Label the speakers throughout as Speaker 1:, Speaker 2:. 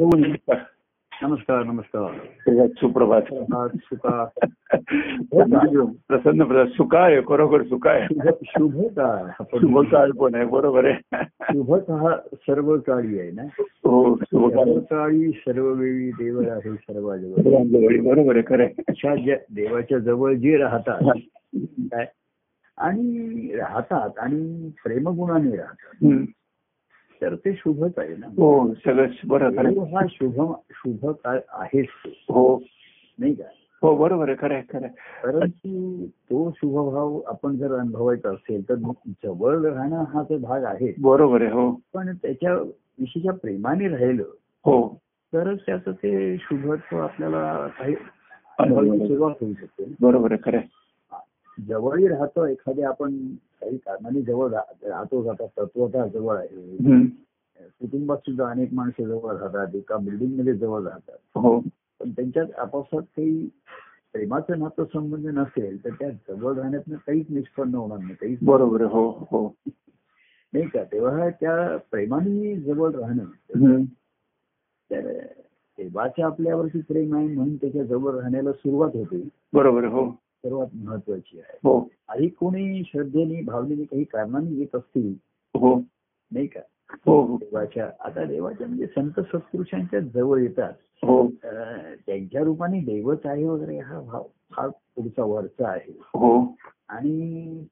Speaker 1: हो नमस्कार.
Speaker 2: नमस्कार नमस्कार
Speaker 1: सगळ्यात सुप्रभात
Speaker 2: आज सुका हो
Speaker 1: प्रसन्न प्रसन्न सुख आहे खरोखर सुख आहे
Speaker 2: शुभ शुभ काळ आपण
Speaker 1: शुभकाळ पण आहे बरोबर आहे
Speaker 2: शुभ काळ सर्व काळी आहे ना
Speaker 1: हो शुभकाळ
Speaker 2: सर्व काळी सर्व वेळी देव आहे सर्व जवळ
Speaker 1: सगळ्यांजवळ. बरोबर आहे खरं आहे.
Speaker 2: अशा ज्या देवाच्या जवळ जे राहतात
Speaker 1: हम्म.
Speaker 2: काय आणि राहतात आणि प्रेमगुणाने राहतात तर ते शुभच आहे ना
Speaker 1: हो सगळं बरं खरं आहे.
Speaker 2: देव हा शुभ शुभ काळ आहेच तो,
Speaker 1: हो
Speaker 2: नाही का
Speaker 1: हो बरोबर आहे खरं आहे, खरं आहे.
Speaker 2: परंतु तो शुभभाव आपण जर अनुभवायचा असेल तर जवळ राहणं हा तर भाग आहे
Speaker 1: बरोबर आहे हो
Speaker 2: पण त्याच्या विषयीच्या प्रेमाने राहिलं
Speaker 1: हो
Speaker 2: तरच त्याचं ते शुभत्व आपल्याला काही अनुभवायला
Speaker 1: बरोबर
Speaker 2: सुरुवात होऊ शकते
Speaker 1: आहे खरं आहे.
Speaker 2: जवळही राहतो एखाद्या आपण काही कारणाने जवळ रा- राहतो आता तत्वता जवळ आहे
Speaker 1: हम्म.
Speaker 2: कुटुंबात सुद्धा अनेक माणसं जवळ राहतात एका बिल्डिंग मध्ये जवळ राहतात
Speaker 1: हो
Speaker 2: पण त्यांच्यात आपापसात काही प्रेमाचं नातं संबंध नसेल तर त्या जवळ राहण्यातनं काहीच निष्पन्न होणार नाही काहीच
Speaker 1: बरोबर आहे हो हो
Speaker 2: नाही का तेव्हा त्या प्रेमाने जवळ राहणं
Speaker 1: हम्म.
Speaker 2: तर देवाच्या आपल्यावरती प्रेम आहे म्हणून त्याच्या जवळ राहण्याला सुरुवात होते
Speaker 1: बरोबर आहे हो
Speaker 2: सर्वात महत्वाची आहे
Speaker 1: हो
Speaker 2: आणि कोणी श्रद्धेने भावनेने काही कारणाने येत असतील
Speaker 1: हो
Speaker 2: नाही का
Speaker 1: हो हो
Speaker 2: देवाच्या आता देवाच्या म्हणजे संत सत्पुरुषांच्या जवळ येतात
Speaker 1: हो
Speaker 2: अं, त्यांच्या रूपाने देवच आहे वगैरे हा भाव हा पुढचा वरचा आहे
Speaker 1: हो
Speaker 2: आणि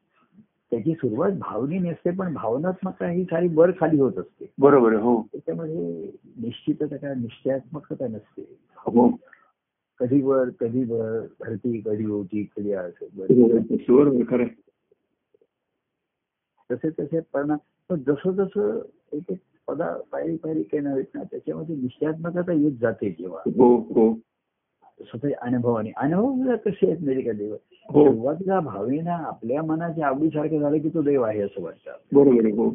Speaker 2: त्याची सुरुवात भावनेने असते पण भावनात्मकता ही सारी वर खाली होत असते
Speaker 1: बरोबर आहे हो
Speaker 2: त्याच्यामध्ये निश्चितता काय निश्चयात्मकता नसते
Speaker 1: हो
Speaker 2: कधी वर कधी वर धरती कधी होती कधी असं बरं.
Speaker 1: बरोबर खरं आहे.
Speaker 2: तसे तसे परिणाम पण जसं जसं एक एक पदा पायरी पायरी काही नव्हेत ना त्याच्यामध्ये निश्चयात्मकता येत जाते जेव्हा
Speaker 1: हो हो
Speaker 2: स्वतः अनुभवाने अनुभव कसे आहेत म्हणजे का देव
Speaker 1: हो
Speaker 2: सुरुवातीला भावेना आपल्या मनाच्या आवडीसारखं झालं की तो देव आहे असं वाटतं
Speaker 1: बरोबर आहे हो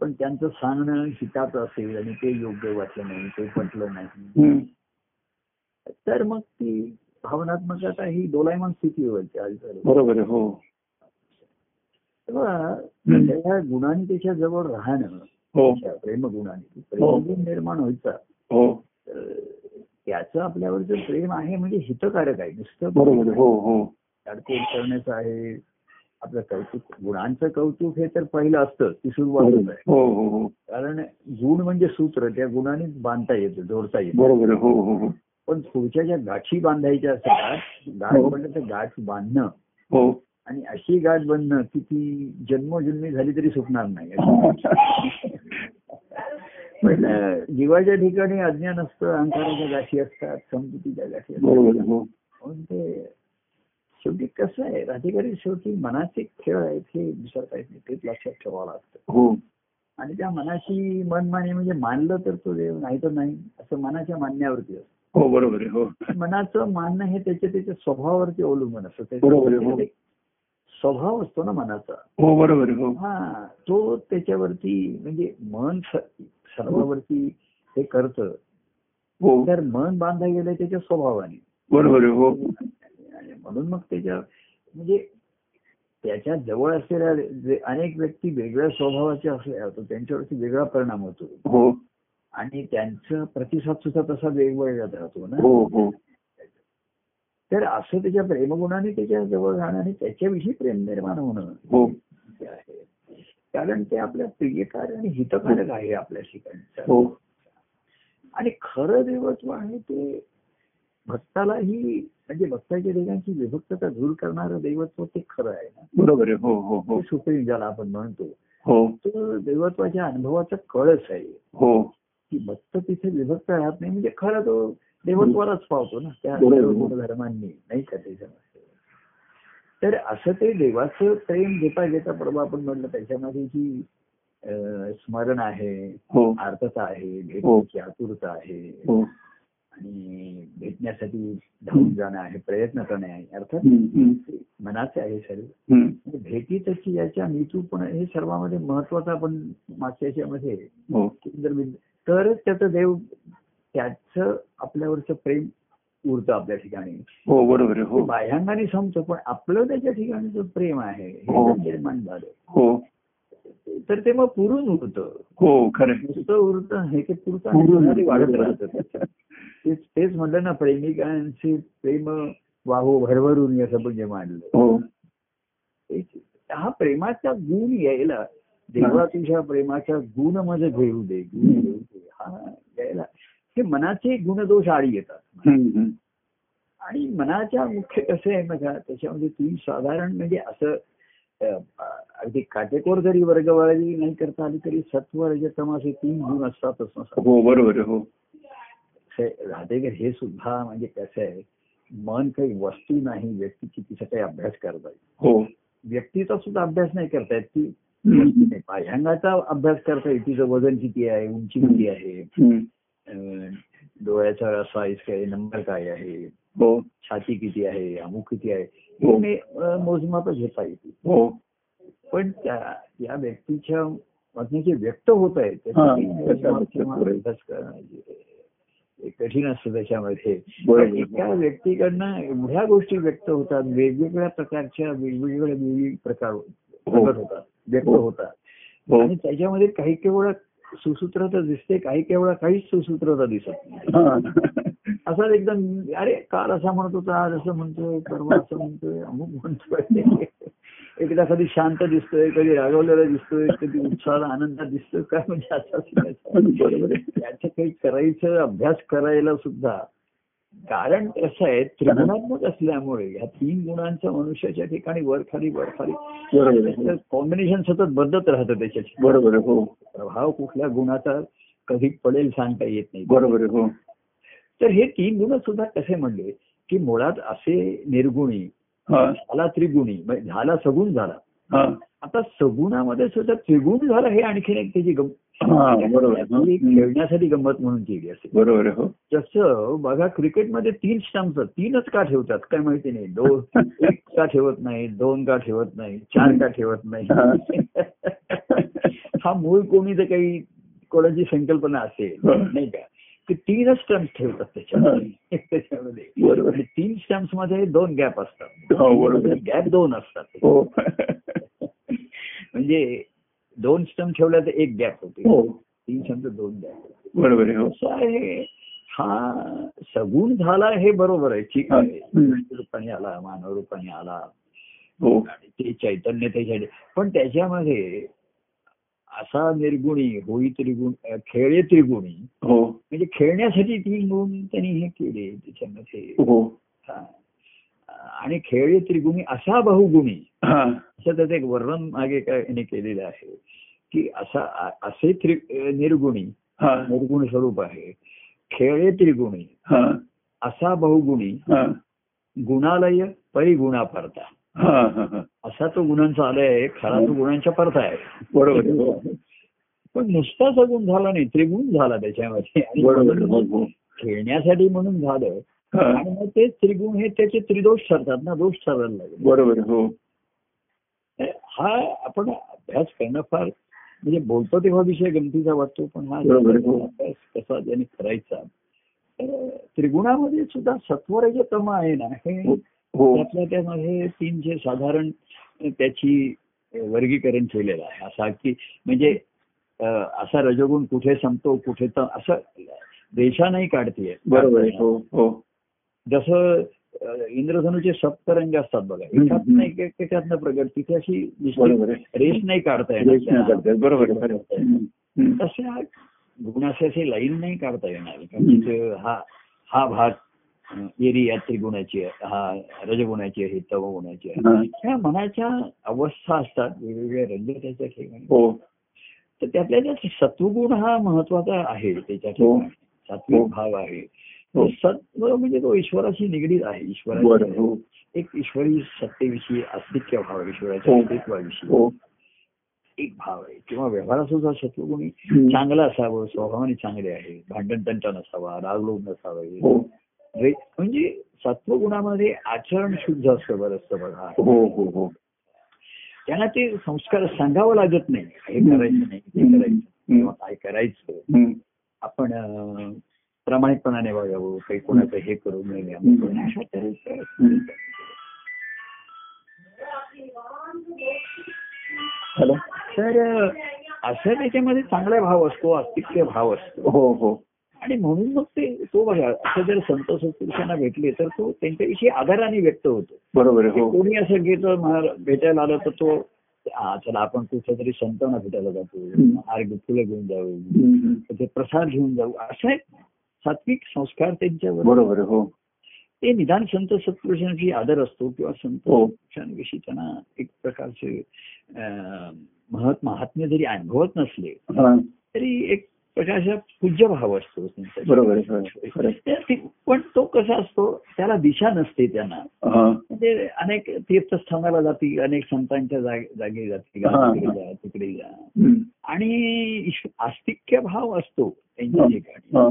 Speaker 2: पण त्यांचं सांगणं हिताचं असेल आणि ते योग्य वाटलं नाही ते पटलं नाही
Speaker 1: हम्म.
Speaker 2: तर मग ती भावनात्मकता ही डोलायमान स्थिती होईल आजकाल
Speaker 1: बरोबर आहे हो
Speaker 2: तेव्हा
Speaker 1: हम्म.
Speaker 2: त्या गुणांनी त्याच्या जवळ राहणं
Speaker 1: हो
Speaker 2: त्या प्रेमगुणाने प्रेमगुण निर्माण व्हायचा
Speaker 1: हो
Speaker 2: तर त्याचं आपल्यावर जे प्रेम आहे म्हणजे हितकारक आहे नुसतं
Speaker 1: बरोबर आहे. हो हो
Speaker 2: अडचण करण्याचं आहे आपलं कौतुक गुणांचं कौतुक हे तर पहिलं असतं ती सुरुवातच
Speaker 1: बरोबर
Speaker 2: आहे
Speaker 1: आहे. हो हो हो
Speaker 2: कारण गुण म्हणजे सूत्र त्या गुणानेच बांधता येतं जोडता येतं
Speaker 1: बरोबर आहे. हो हो हो
Speaker 2: पण पुढच्या ज्या गाठी बांधायच्या असतात गाठ
Speaker 1: हो.
Speaker 2: म्हणजे ते गाठ बांधणं
Speaker 1: हो
Speaker 2: आणि अशी गाठ बांधणं की ती जन्मोजन्मी झाली तरी सुटणार नाही पण अं, जीवाच्या ठिकाणी अज्ञान असतं अहंकाराच्या गाठी असतात समजुतीच्या गाठी असतात
Speaker 1: बरोबर आहे. हो
Speaker 2: म्हणून ते शेवटी कसं आहे राधिकारी शेवटी मनाचे खेळ आहेत हे विसरता येत नाही तेच लक्षात ठेवावं लागतं
Speaker 1: हो
Speaker 2: आणि त्या मनाशी मनमानी म्हणजे मानलं तर तो देव नाही तर नाही असं मनाच्या मानण्यावरती असतं
Speaker 1: हो बरोबर आहे. हो
Speaker 2: मनाचं मानणं हे त्याच्या त्याच्या स्वभावावरती अवलंबून असतं
Speaker 1: बरोबर आहे, हो.
Speaker 2: त्याच्या- स्वभाव असतो ना मनाचा
Speaker 1: हो बरोबर आहे. हो
Speaker 2: हा तो त्याच्यावरती म्हणजे मन स- सर्वावरती हे करतं
Speaker 1: हो
Speaker 2: तर मन बांधा गेलं त्याच्या स्वभावाने
Speaker 1: बरोबर आहे. हो
Speaker 2: आणि म्हणून मग त्याच्या म्हणजे त्याच्या जवळ असलेल्या जे अनेक व्यक्ती वेगळ्या स्वभावाचे असल्या तर त्यांच्यावरती वेगळा परिणाम होतो
Speaker 1: हो
Speaker 2: आणि त्यांचा प्रतिसाद सुद्धा तसा वेगवेगळा राहतो ना
Speaker 1: हो हो
Speaker 2: तर असं त्याच्या प्रेमगुणाने त्याच्या जवळ राहणं आणि त्याच्याविषयी प्रेम निर्माण होणं
Speaker 1: हो
Speaker 2: हे आहे कारण ते आपल्या प्रियकार आणि हितकारक आहे आपल्या ठिकाणचं
Speaker 1: हो
Speaker 2: आणि खरं देवत्व आहे ते भक्तालाही म्हणजे भक्ताच्या ठिकाणची विभक्तता दूर करणारं देवत्व ते खरं आहे ना
Speaker 1: बरोबर आहे. हो हो
Speaker 2: ते
Speaker 1: हो
Speaker 2: सुप्रीम ज्याला आपण म्हणतो
Speaker 1: हो
Speaker 2: तो देवत्वाच्या अनुभवाचा कळच आहे
Speaker 1: हो
Speaker 2: की भक्त तिथे विभक्त राहत नाही म्हणजे खरा तो देवत्वालाच पावतो ना त्या
Speaker 1: बरोबर.
Speaker 2: सर्व धर्मांनी नाही का त्याच्यामध्ये तर असं ते देवाचं प्रेम घेता घेता परवा आपण म्हणलं त्याच्यामध्ये जी अं, स्मरण आहे
Speaker 1: हो
Speaker 2: आर्थता आहे भेटण्याची आतुरता आहे
Speaker 1: हो
Speaker 2: आणि भेटण्यासाठी धावून जाणं आहे प्रयत्न करणे आहे अर्थात
Speaker 1: हम्म, हम्म,
Speaker 2: ते मनाचे आहे सर्व
Speaker 1: हम्म.
Speaker 2: म्हणजे भेटी तशी याच्या मितू पण हे सर्वांमध्ये महत्वाचा आपण मागच्या याच्यामध्ये
Speaker 1: हो
Speaker 2: केंद्रबिंदू तरच त्याचं देव त्याचं आपल्यावरचं प्रेम उरतं आपल्या ठिकाणी
Speaker 1: हो बरोबर आहे.
Speaker 2: ते
Speaker 1: हो
Speaker 2: बाह्यांगाने संपतं पण आपलं त्याच्या ठिकाणी जो प्रेम आहे हे
Speaker 1: हो.
Speaker 2: जर निर्माण झालं
Speaker 1: हो
Speaker 2: तर ते मग पुरून उरतं
Speaker 1: हो खरं
Speaker 2: नुसतं उरतं हे ते पुरतं आणि
Speaker 1: पुरून
Speaker 2: पुन्हा ते वाढत
Speaker 1: उरतं.
Speaker 2: राहतं तेच तेच म्हटलं ना प्रेमिकांशी प्रेम वाहो भरभरून असं पण जे मांडलं
Speaker 1: हो
Speaker 2: तेच. हा प्रेमाचा गुण यायला देवा तुझ्या प्रेमाचा गुण मध्ये घेऊ दे गुण घेऊ दे हा यायला हे मनाचे गुणदोष आळी येतात
Speaker 1: हम्म, हम्म.
Speaker 2: आणि मनाच्या मुख्य कसं आहे बघा त्याच्यामध्ये तुम्ही साधारण म्हणजे असं अ, अगदी काटेकोर जरी वर्गवारी नाही करता आली तरी सत्व रजतम असे तीन गुण असतातच ना
Speaker 1: हो बरोबर आहे हो
Speaker 2: हे राधेकर हे सुद्धा म्हणजे कसं आहे मन काही वस्तू नाही व्यक्तीची तिचा काही अभ्यास करता येईल
Speaker 1: हो
Speaker 2: व्यक्तीचा सुद्धा अभ्यास नाही करता येत ती
Speaker 1: हम्म,
Speaker 2: नाही, पायांगाचा अभ्यास करता येईल तिचं वजन किती आहे उंची किती आहे
Speaker 1: हम्म.
Speaker 2: अं, डोळ्याचा साईज काय नंबर काय आहे
Speaker 1: हो
Speaker 2: छाती किती आहे अमुक किती आहे
Speaker 1: हो.
Speaker 2: हे मी, अं, मोजमाप घेता येते
Speaker 1: हो
Speaker 2: पण त्या या व्यक्तीच्या मधनं जे व्यक्त होत आहे त्यासाठी
Speaker 1: हा,
Speaker 2: मोजमाप
Speaker 1: त्याच्यावर
Speaker 2: किंवा
Speaker 1: पुरेल.
Speaker 2: अभ्यास करणं जे- हे कठीण असतं त्याच्यामध्ये पण
Speaker 1: बरोबर
Speaker 2: एका व्यक्तीकडनं एवढ्या गोष्टी व्यक्त होतात वेगवेगळ्या प्रकारच्या वेगवेगळ्या वेगवेगळे प्रकार प्रकट होतात व्यक्त
Speaker 1: हो.
Speaker 2: होतात
Speaker 1: हो
Speaker 2: आणि त्याच्यामध्ये काही केवळ सुसूत्रता दिसते काही केवळ काहीच सुसूत्रता दिसत नाही
Speaker 1: हा.
Speaker 2: असाच एकदम अरे काल असा म्हणत होता आज असं म्हणतोय परवा असं म्हणतोय अमुक म्हणतोय एकदा कधी शांत दिसतोय कधी रागवलेला दिसतोय कधी उत्साहाला आनंदात दिसतोय काय म्हणजे असं असं
Speaker 1: बरोबर आहे
Speaker 2: त्याचं काही करायचं अभ्यास करायला सुद्धा कारण कसं आहे त्रिगुणात्मक असल्यामुळे ह्या तीन गुणांचा मनुष्याच्या ठिकाणी वर खाली वर खाली
Speaker 1: बरोबर आहे हो.
Speaker 2: कॉम्बिनेशन सतत बदलत राहतं त्याच्या
Speaker 1: बरोबर आहे हो
Speaker 2: प्रभाव कुठल्या गुणाचा कधी पडेल सांगता येत नाही
Speaker 1: बरोबर आहे हो
Speaker 2: तर हे तीन गुण सुद्धा कसे म्हणले की मुळात असे निर्गुणी
Speaker 1: हा
Speaker 2: झाला त्रिगुणी म्हणजे झाला सगुण झाला
Speaker 1: हा
Speaker 2: आता सगुणामध्ये सुद्धा त्रिगुण झाला हे आणखीन एक त्याची गम-
Speaker 1: हा बरोबर आहे
Speaker 2: आपली
Speaker 1: हम्म.
Speaker 2: खेळण्यासाठी गंमत म्हणून केली असेल
Speaker 1: बरोबर आहे हो
Speaker 2: जसं बघा क्रिकेटमध्ये तीन स्टम्प तीनच का ठेवतात काय माहिती नाही दोन एक का ठेवत नाही दोन का ठेवत नाही चार का ठेवत नाही हा मूळ कोणी जर काही कोणाची संकल्पना असेल
Speaker 1: हा.
Speaker 2: नाही का की तीनच स्टम्प ठेवतात त्याच्यामध्ये त्याच्यामध्ये
Speaker 1: बरोबर
Speaker 2: आणि तीन स्टम्प मध्ये दोन गॅप असतात
Speaker 1: हो बरोबर आहे.
Speaker 2: गॅप दोन असतात
Speaker 1: हो
Speaker 2: म्हणजे दोन स्टम्प ठेवल्या तर एक गॅप होते
Speaker 1: हो
Speaker 2: तीन स्टम्प दोन गॅप
Speaker 1: बरोबर आहे हो
Speaker 2: कसं आहे हा सगुण झाला हे बरोबर आहे ठीक
Speaker 1: हा.
Speaker 2: आहे
Speaker 1: हम्म.
Speaker 2: रूपाने आला मानव रूपाने आला
Speaker 1: हो
Speaker 2: आणि ते चैतन्य त्याच्या पण त्याच्यामध्ये असा निर्गुणी होई त्रिगुण अं, खेळे त्रिगुणी
Speaker 1: हो
Speaker 2: म्हणजे खेळण्यासाठी तीन गुण त्यांनी हे केले त्याच्यामध्ये
Speaker 1: हो
Speaker 2: हा. आणि खेळे त्रिगुणी असा बहुगुणी
Speaker 1: हा
Speaker 2: असं त्याचं एक वर्णन मागे काय याने केलेलं आहे की असा अ- असे त्रि अं, निर्गुणी
Speaker 1: हा
Speaker 2: निर्गुण स्वरूप आहे खेळे त्रिगुणी
Speaker 1: हा
Speaker 2: असा बहुगुणी
Speaker 1: हा
Speaker 2: गुणालय परिगुणा परता
Speaker 1: हा हा हा
Speaker 2: असा तो गुणांचा आलय आहे खरा तो गुणांच्या परता आहे
Speaker 1: बरोबर आहे हो
Speaker 2: पण नुसता सगुण झाला नाही त्रिगुण झाला त्याच्यामध्ये आणि
Speaker 1: बरोबर आहे. हो
Speaker 2: म्हणून
Speaker 1: हो
Speaker 2: खेळण्यासाठी म्हणून झालं
Speaker 1: हा.
Speaker 2: आणि मग तेच त्रिगुण हे त्याचे त्रिदोष ठरतात ना दोष ठरायला लागले
Speaker 1: बरोबर आहे. हो
Speaker 2: तर हा आपण अभ्यास करणं फार म्हणजे बोलतो तेव्हा विषय गमतीचा वाटतो पण हा
Speaker 1: बरोबर आहे. हो.
Speaker 2: अभ्यास कसा ज्याने करायचा तर त्रिगुणामध्ये सुद्धा सत्वर जे तम आहे ना हे
Speaker 1: हो
Speaker 2: त्यातल्या त्यामध्ये तीन जे साधारण त्याची वर्गीकरण केलेलं आहे असा की म्हणजे अं, असा रजोगुण कुठे संपतो कुठे तर असं रेषा नाही काढतीये
Speaker 1: बरोबर आहे. हो हो
Speaker 2: जसं अं, इंद्रधनुचे सप्तरंग असतात बघा
Speaker 1: हम्म.
Speaker 2: एकातनं एक एक- एकातनं प्रगट तिथे अशी निश्चित
Speaker 1: बरोबर आहे.
Speaker 2: रेष नाही काढता
Speaker 1: रेष नाही
Speaker 2: येणार
Speaker 1: करता येत. बरोबर आहे. खरं आहे. हम्म. हम्म.
Speaker 2: तशा गुणाशी अशी लाईन नाही काढता येणार
Speaker 1: हम्म.
Speaker 2: म्हणजे हा हा भाग अं, एरी या त्रिगुणाची आहे हा रजगुणाची आहे तवगुणाची आहे
Speaker 1: हा. हो.
Speaker 2: त्या मनाच्या अवस्था असतात वेगवेगळ्या रंग त्याच्या ठिकाणी
Speaker 1: हो
Speaker 2: तर त्यातल्या त्यात सत्वगुण हा महत्वाचा आहे त्याच्या ठिकाणी
Speaker 1: हो.
Speaker 2: सात्विक भाव आहे
Speaker 1: हो.
Speaker 2: तो सत्व म्हणजे तो ईश्वराशी निगडीत आहे
Speaker 1: बरोबर आहे.
Speaker 2: ईश्वराशी
Speaker 1: हो
Speaker 2: एक ईश्वरी सत्तेविषयी अस्तित्व भाव आहे, ईश्वराच्या
Speaker 1: हो.
Speaker 2: अस्तित्वाविषयी
Speaker 1: हो
Speaker 2: एक भाव आहे किंवा व्यवहारात सुद्धा सत्वगुणी
Speaker 1: हम्म.
Speaker 2: चांगला असावं स्वभावाने चांगले आहे भांडण तंटा नसावा रागलोभ नसावे
Speaker 1: हो
Speaker 2: द्वे- म्हणजे सत्वगुणामध्ये आचरण शुद्ध असतं बरंचसं बघा
Speaker 1: हो हो हो
Speaker 2: त्यांना ते संस्कार सांगावं लागत नाही हे करायचं नाही ते
Speaker 1: हम्म.
Speaker 2: करायचं
Speaker 1: हम्म.
Speaker 2: किंवा काय करायचं
Speaker 1: हम्म.
Speaker 2: आपण अं, प्रामाणिकपणाने वागावं काही कोणाचं हे करू नये अमुक करू नये. अशा तऱ्हेचं
Speaker 1: हम्म. हॅलो
Speaker 2: तर असं त्याच्यामध्ये चांगला भाव असतो अस्तित्व भाव असतो
Speaker 1: हो हो
Speaker 2: आणि म्हणून मग ते तो बघा असं जर संत सत्पुरुषांना भेटले तर तो त्यांच्याविषयी आदराने व्यक्त होतो
Speaker 1: बरोबर आहे हो
Speaker 2: कोणी असं घेतलं महार- भेटायला आलं तर तो हा चला आपण कुठल्या तरी संतांना भेटायला
Speaker 1: हं.
Speaker 2: जातो आरोग्य फुलं घेऊन जाऊ
Speaker 1: हम्म, हम्म.
Speaker 2: ते प्रसाद घेऊन जाऊ असा एक सात्विक संस्कार त्यांच्यावर
Speaker 1: बरोबर आहे हो
Speaker 2: ते निदान संत सत्पुरुषांविषयी आदर असतो किंवा संत
Speaker 1: हो
Speaker 2: सत्पुरुषांविषयी त्यांना एक प्रकारचे अं, महत् महात्म्य जरी अनुभवत नसले
Speaker 1: हा
Speaker 2: तरी एक प्रकारचा पूज्य भाव असतो त्यांचा
Speaker 1: बरोबर आहे खरं, खरं
Speaker 2: तर ती- पण तो कसा असतो त्याला दिशा नसते त्यांना
Speaker 1: हा
Speaker 2: म्हणजे अनेक तीर्थस्थानाला जाती अनेक संतांच्या जागे जागी जाती
Speaker 1: हा.
Speaker 2: तिकडे जा तिकडे जा
Speaker 1: हम्म.
Speaker 2: आणि ईश- आस्तिक्य भाव असतो त्यांच्या
Speaker 1: हा.
Speaker 2: ठिकाणी
Speaker 1: हा.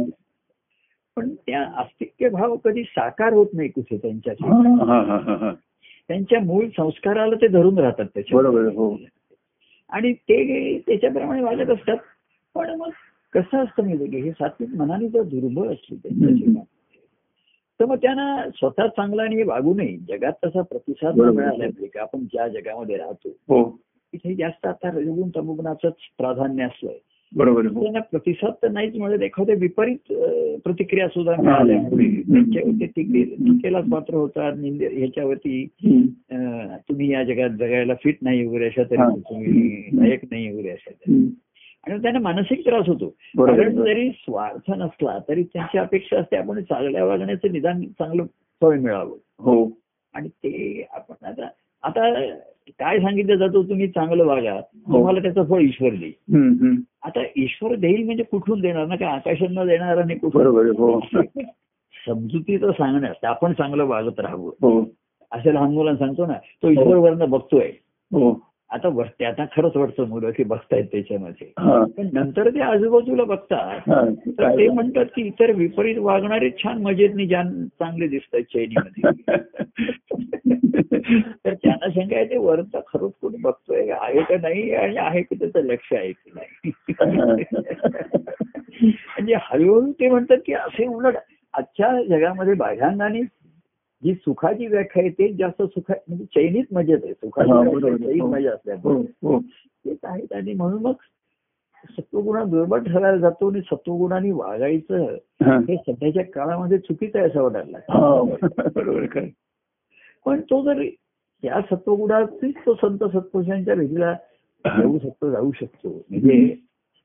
Speaker 2: पण त्या आस्तिक्य भाव कधी साकार होत नाही कुठे त्यांच्या
Speaker 1: हा, हा, हा, हा, हा.
Speaker 2: त्यांच्या मूळ संस्काराला ते धरून राहतात त्याच्या
Speaker 1: बरोबर आहे, हो
Speaker 2: आणि ते त्याच्याप्रमाणे वागत असतात पण मग कसं असतं माहिती की हे सात्विक मनाने जर दुर्बळ असली त्यांच्या
Speaker 1: हम्म.
Speaker 2: जीवनात, तर मग त्यांना स्वतः चांगला आणि वागू नये जगात तसा प्रतिसाद
Speaker 1: बरोबर.
Speaker 2: मिळाला पाहिजे की आपण ज्या जगामध्ये राहतो
Speaker 1: हो
Speaker 2: तिथे जास्त आता रजगुण तमुगुणाचंच प्राधान्य असलंय
Speaker 1: बरोबर आहे, हो
Speaker 2: त्यांना प्रतिसाद तर नाहीच मिळत एखाद्या विपरीत अं, प्रतिक्रिया सुद्धा
Speaker 1: हा.
Speaker 2: मिळाल्यामुळे त्यांच्यावरती टीके-
Speaker 1: हम्म.
Speaker 2: टीकेलाच पात्र होतात निंदे ह्याच्यावरती
Speaker 1: हम्म.
Speaker 2: अं, तुम्ही या जगात जगायला फिट नाही वगैरे अशा
Speaker 1: हा.
Speaker 2: तरी तुम्ही
Speaker 1: हम्म.
Speaker 2: लायक नाही वगैरे अशा तऱ्हे.
Speaker 1: हम्म.
Speaker 2: आणि त्यांना मानसिक त्रास होतो
Speaker 1: बरोबर आहे,
Speaker 2: कारण
Speaker 1: बरोबर.
Speaker 2: जरी स्वार्थ नसला तरी त्यांची अपेक्षा असते आपण चांगल्या वागण्याचं निदान चांगलं फळ मिळावं
Speaker 1: हो
Speaker 2: आणि ते आपण आता आता काय सांगितलं जातो तुम्ही चांगलं वागा
Speaker 1: हो.
Speaker 2: तुम्हाला त्याचं फळ ईश्वर देईल
Speaker 1: हम्म, हम्म.
Speaker 2: आता ईश्वर देईल म्हणजे कुठून देणार ना काय आकाशांना देणार आणि कुठून
Speaker 1: बरोबर आहे, हो
Speaker 2: समजुतीचं सांगणं असतं आपण चांगलं वागत राहावं
Speaker 1: हो
Speaker 2: असं लहान मुलांना सांगतो ना तो ईश्वर वरनं बघतोय
Speaker 1: हो
Speaker 2: आता बघते आता खरंच वाटतं मुलं की बघतायत त्याच्यामध्ये
Speaker 1: हा
Speaker 2: पण नंतर ते आजूबाजूला बघतात
Speaker 1: हा
Speaker 2: तर ते म्हणतात की इतर विपरीत वागणारे छान मजेतनी जान चांगले दिसतात चैनीमध्ये तर त्यांना शंका येते वरचा खरंच कोणी बघतोय का? आहे का नाही आणि आहे की त्याचं लक्ष आहे की नाही म्हणजे हळूहळू ते म्हणतात की असे उलट आजच्या जगामध्ये बाह्यांनी जी सुखाची व्याख्या आहे ते जास्त सुखा म्हणजे चैनीत मजेत आहे सुखाची
Speaker 1: हा,
Speaker 2: व्याख्या
Speaker 1: बरोबर.
Speaker 2: चैनीत
Speaker 1: हो.
Speaker 2: मजा असल्यामुळे
Speaker 1: हो हो
Speaker 2: तेच आहेत आणि म्हणून मग सत्वगुणा दुर्बल ठरायला जातो आणि सत्वगुणाने वागायचं
Speaker 1: हा.
Speaker 2: हे सध्याच्या काळामध्ये चुकीचं आहे असं वाटायला लागलं.
Speaker 1: हा, बरोबर आहे, खरं.
Speaker 2: पण तो जर या सत्वगुणाचीच तो संत सत्पुरुषांच्या भेटीला जाऊ शकतो जाऊ शकतो म्हणजे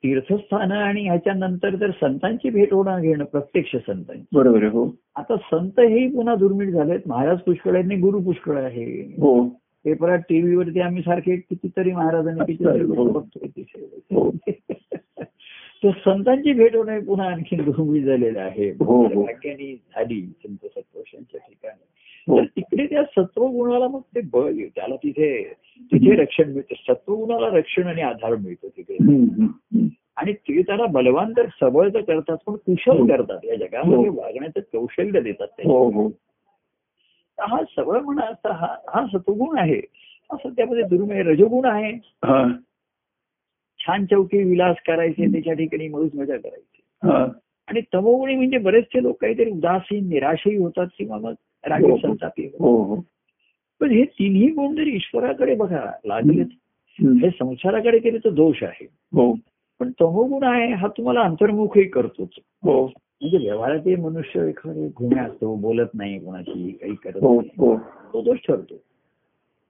Speaker 2: तीर्थस्थान आणि ह्याच्यानंतर जर संतांची भेट होणं घेणं प्रत्यक्ष संतांची
Speaker 1: बरोबर आहे, हो
Speaker 2: आता संत हे पुन्हा दुर्मिळ झालेत महाराज पुष्कळ आहेत आणि गुरु पुष्कळ आहे
Speaker 1: हो
Speaker 2: पेपरात टीव्हीवरती आम्ही सारखे कितीतरी महाराजांनी कितीतरी
Speaker 1: हो.
Speaker 2: बघतोय तिथे.
Speaker 1: हो
Speaker 2: तर संतांची भेट होणे पुन्हा आणखी दुर्मिळ झालेलं आहे
Speaker 1: हो, हो.
Speaker 2: वाक्याने झाली संत सत्पुरुषांच्या ठिकाणी
Speaker 1: हो
Speaker 2: तर तिकडे त्या सत्वगुणाला मग ते बळ येईल. त्याला तिथे तिथे रक्षण मिळतं सत्वगुणाला रक्षण आणि आधार मिळतो तिकडे
Speaker 1: हम्म, हम्म, हम्म.
Speaker 2: आणि ते त्याला बलवान तर सबळ तर करतात पण कुशल
Speaker 1: हो.
Speaker 2: करतात या जगामध्ये
Speaker 1: हो.
Speaker 2: वागण्याचं कौशल्य देतात ते
Speaker 1: हो हो
Speaker 2: हा सबळ म्हणा असता हा हा सत्वगुण आहे असं त्यामध्ये दुर्मिळ रजोगुण आहे
Speaker 1: हा
Speaker 2: छान चौकी विलास करायचे त्याच्या ठिकाणी मौज मजा करायची
Speaker 1: हा
Speaker 2: आणि तमोगुणी म्हणजे बरेचसे लोक काहीतरी उदासीन निराशही होतात किंवा मग रागी
Speaker 1: हो.
Speaker 2: संतापी होतात.
Speaker 1: हो हो
Speaker 2: पण हे तिन्ही गुण जर ईश्वराकडे बघा लागलेत
Speaker 1: हम्म.
Speaker 2: हे म्हणजे संसाराकडे गेले तर दोष आहे
Speaker 1: हो
Speaker 2: पण तमोगुण आहे हा तुम्हाला अंतर्मुखही करतोच
Speaker 1: हो
Speaker 2: म्हणजे व्यवहारातही मनुष्य एखादे गुन्हे असतो बोलत नाही कोणाशी काही करत
Speaker 1: हो
Speaker 2: नाही
Speaker 1: हो
Speaker 2: तो दोष ठरतो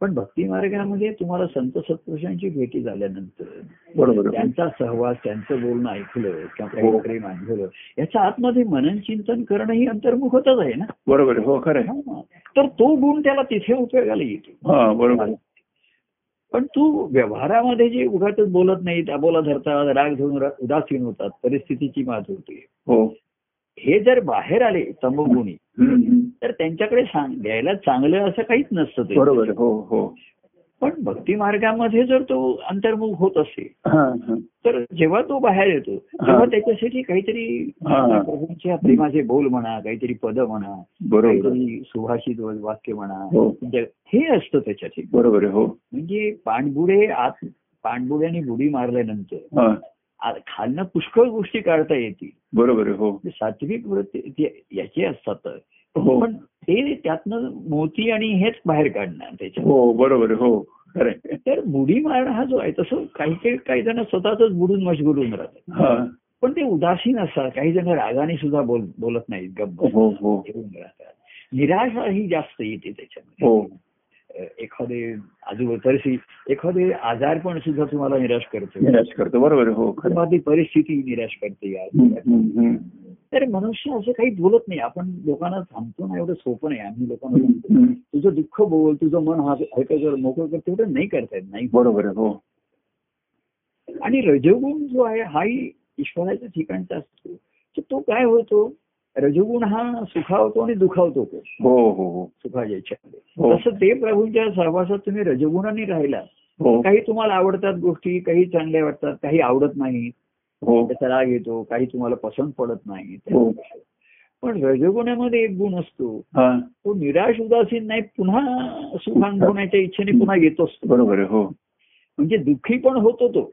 Speaker 2: पण भक्ती मार्गामध्ये तुम्हाला संत सत्पुरुषांची भेटी झाल्यानंतर
Speaker 1: बरोबर आहे.
Speaker 2: त्यांचा सहवास त्यांचं बोलणं ऐकलं किंवा
Speaker 1: हो.
Speaker 2: काही प्रेम अनुभवलं याच्या आतमध्ये मनन चिंतन करणं ही अंतर्मुखतच आहे ना
Speaker 1: बरोबर आहे, हो खरं आहे.
Speaker 2: हा. तर तो गुण त्याला तिथे उपयोगाला येतो
Speaker 1: हा बरोबर आहे.
Speaker 2: पण तू व्यवहारामध्ये जे उगाच बोलत नाही अबोला धरतात राग धरून रा- उदासीन होतात परिस्थितीची मात होते
Speaker 1: हो
Speaker 2: हे जर बाहेर आले तंबगुणी
Speaker 1: हम्म, हम्म.
Speaker 2: तर त्यांच्याकडे सांग द्यायला चांगलं असं काहीच नसतं ते
Speaker 1: बरोबर आहे, हो हो
Speaker 2: पण भक्ती मार्गामध्ये जर तो अंतर्मुख होत असेल
Speaker 1: हा हा
Speaker 2: तर जेव्हा तो बाहेर येतो तेव्हा त्याच्यासाठी काहीतरी
Speaker 1: हा.
Speaker 2: प्रभूंच्या प्रेमाचे बोल म्हणा काहीतरी पद म्हणा
Speaker 1: बरोबर आहे.
Speaker 2: काहीतरी सुभाषित वाक्य म्हणा
Speaker 1: हो
Speaker 2: जग- हे असतं त्याच्यासाठी
Speaker 1: बरोबर आहे, हो
Speaker 2: म्हणजे पाणबुडे आत पाणबुडे आणि बुडी मारल्यानंतर
Speaker 1: हा
Speaker 2: आ- खालनं पुष्कळ गोष्टी काढता येतील
Speaker 1: बरोबर आहे, हो
Speaker 2: म्हणजे सात्विक वृत्ती ते- याचे असतात
Speaker 1: हो
Speaker 2: पण ते त्यातनं मोती आणि हेच बाहेर काढणार त्याच्यात
Speaker 1: हो बरोबर आहे, हो खरंय.
Speaker 2: तर बुडी मारणं हा जो आहे तसं काही काही काही जण स्वतःच बुडून मशगूल होऊन राहतात
Speaker 1: हा.
Speaker 2: पण ते उदासीन असतात काही जण रागाने सुद्धा बोल बोलत नाहीत गप्प
Speaker 1: हो हो
Speaker 2: घेऊन राहतात निराशा ही जास्त येते त्याच्यामध्ये
Speaker 1: हो
Speaker 2: अ, एखादे आजूबाजू परिस्थिती एखादे आजार पण सुद्धा तुम्हाला निराश करतो
Speaker 1: निराश करतो बरोबर आहे. हो खरं
Speaker 2: कुटुंबातली परिस्थिती निराश करते
Speaker 1: हम्म,
Speaker 2: या
Speaker 1: हम्म, हम्म.
Speaker 2: तर मनुष्य असं काही बोलत नाही आपण लोकांना सांगतो ना एवढं सोपं नाही आम्ही लोकांना
Speaker 1: हम्म,
Speaker 2: सांगतो,
Speaker 1: हम्म.
Speaker 2: तुझं दुःख बोल तुझं मन हा- हलकं कर मोकळं कर तेवढं नाही करता येत नाही
Speaker 1: बरोबर आहे. हो
Speaker 2: आणि रजोगुण जो आहे हाही ईश्वराच्या ठिकाणचा असतो की तो काय होतो रजोगुण हा सुखावतो आणि दुखावतो तो
Speaker 1: हो हो हो
Speaker 2: सुखाच्या याच्यामध्ये
Speaker 1: हो.
Speaker 2: तसं ते प्रभूंच्या सहवासात तुम्ही रजगुणाने राहिला
Speaker 1: हो
Speaker 2: काही तुम्हाला आवडतात गोष्टी काही चांगल्या वाटतात काही आवडत नाही
Speaker 1: हो
Speaker 2: त्याचा राग येतो काही तुम्हाला पसंत पडत नाही
Speaker 1: हो.
Speaker 2: पण रजगुणामध्ये एक गुण असतो
Speaker 1: हा
Speaker 2: तो निराश उदासीन नाही पुन्हा सुख अनुभवण्याच्या इच्छेने पुन्हा येतोच तो.
Speaker 1: बरोबर आहे. हो
Speaker 2: म्हणजे दुःखी पण होतो तो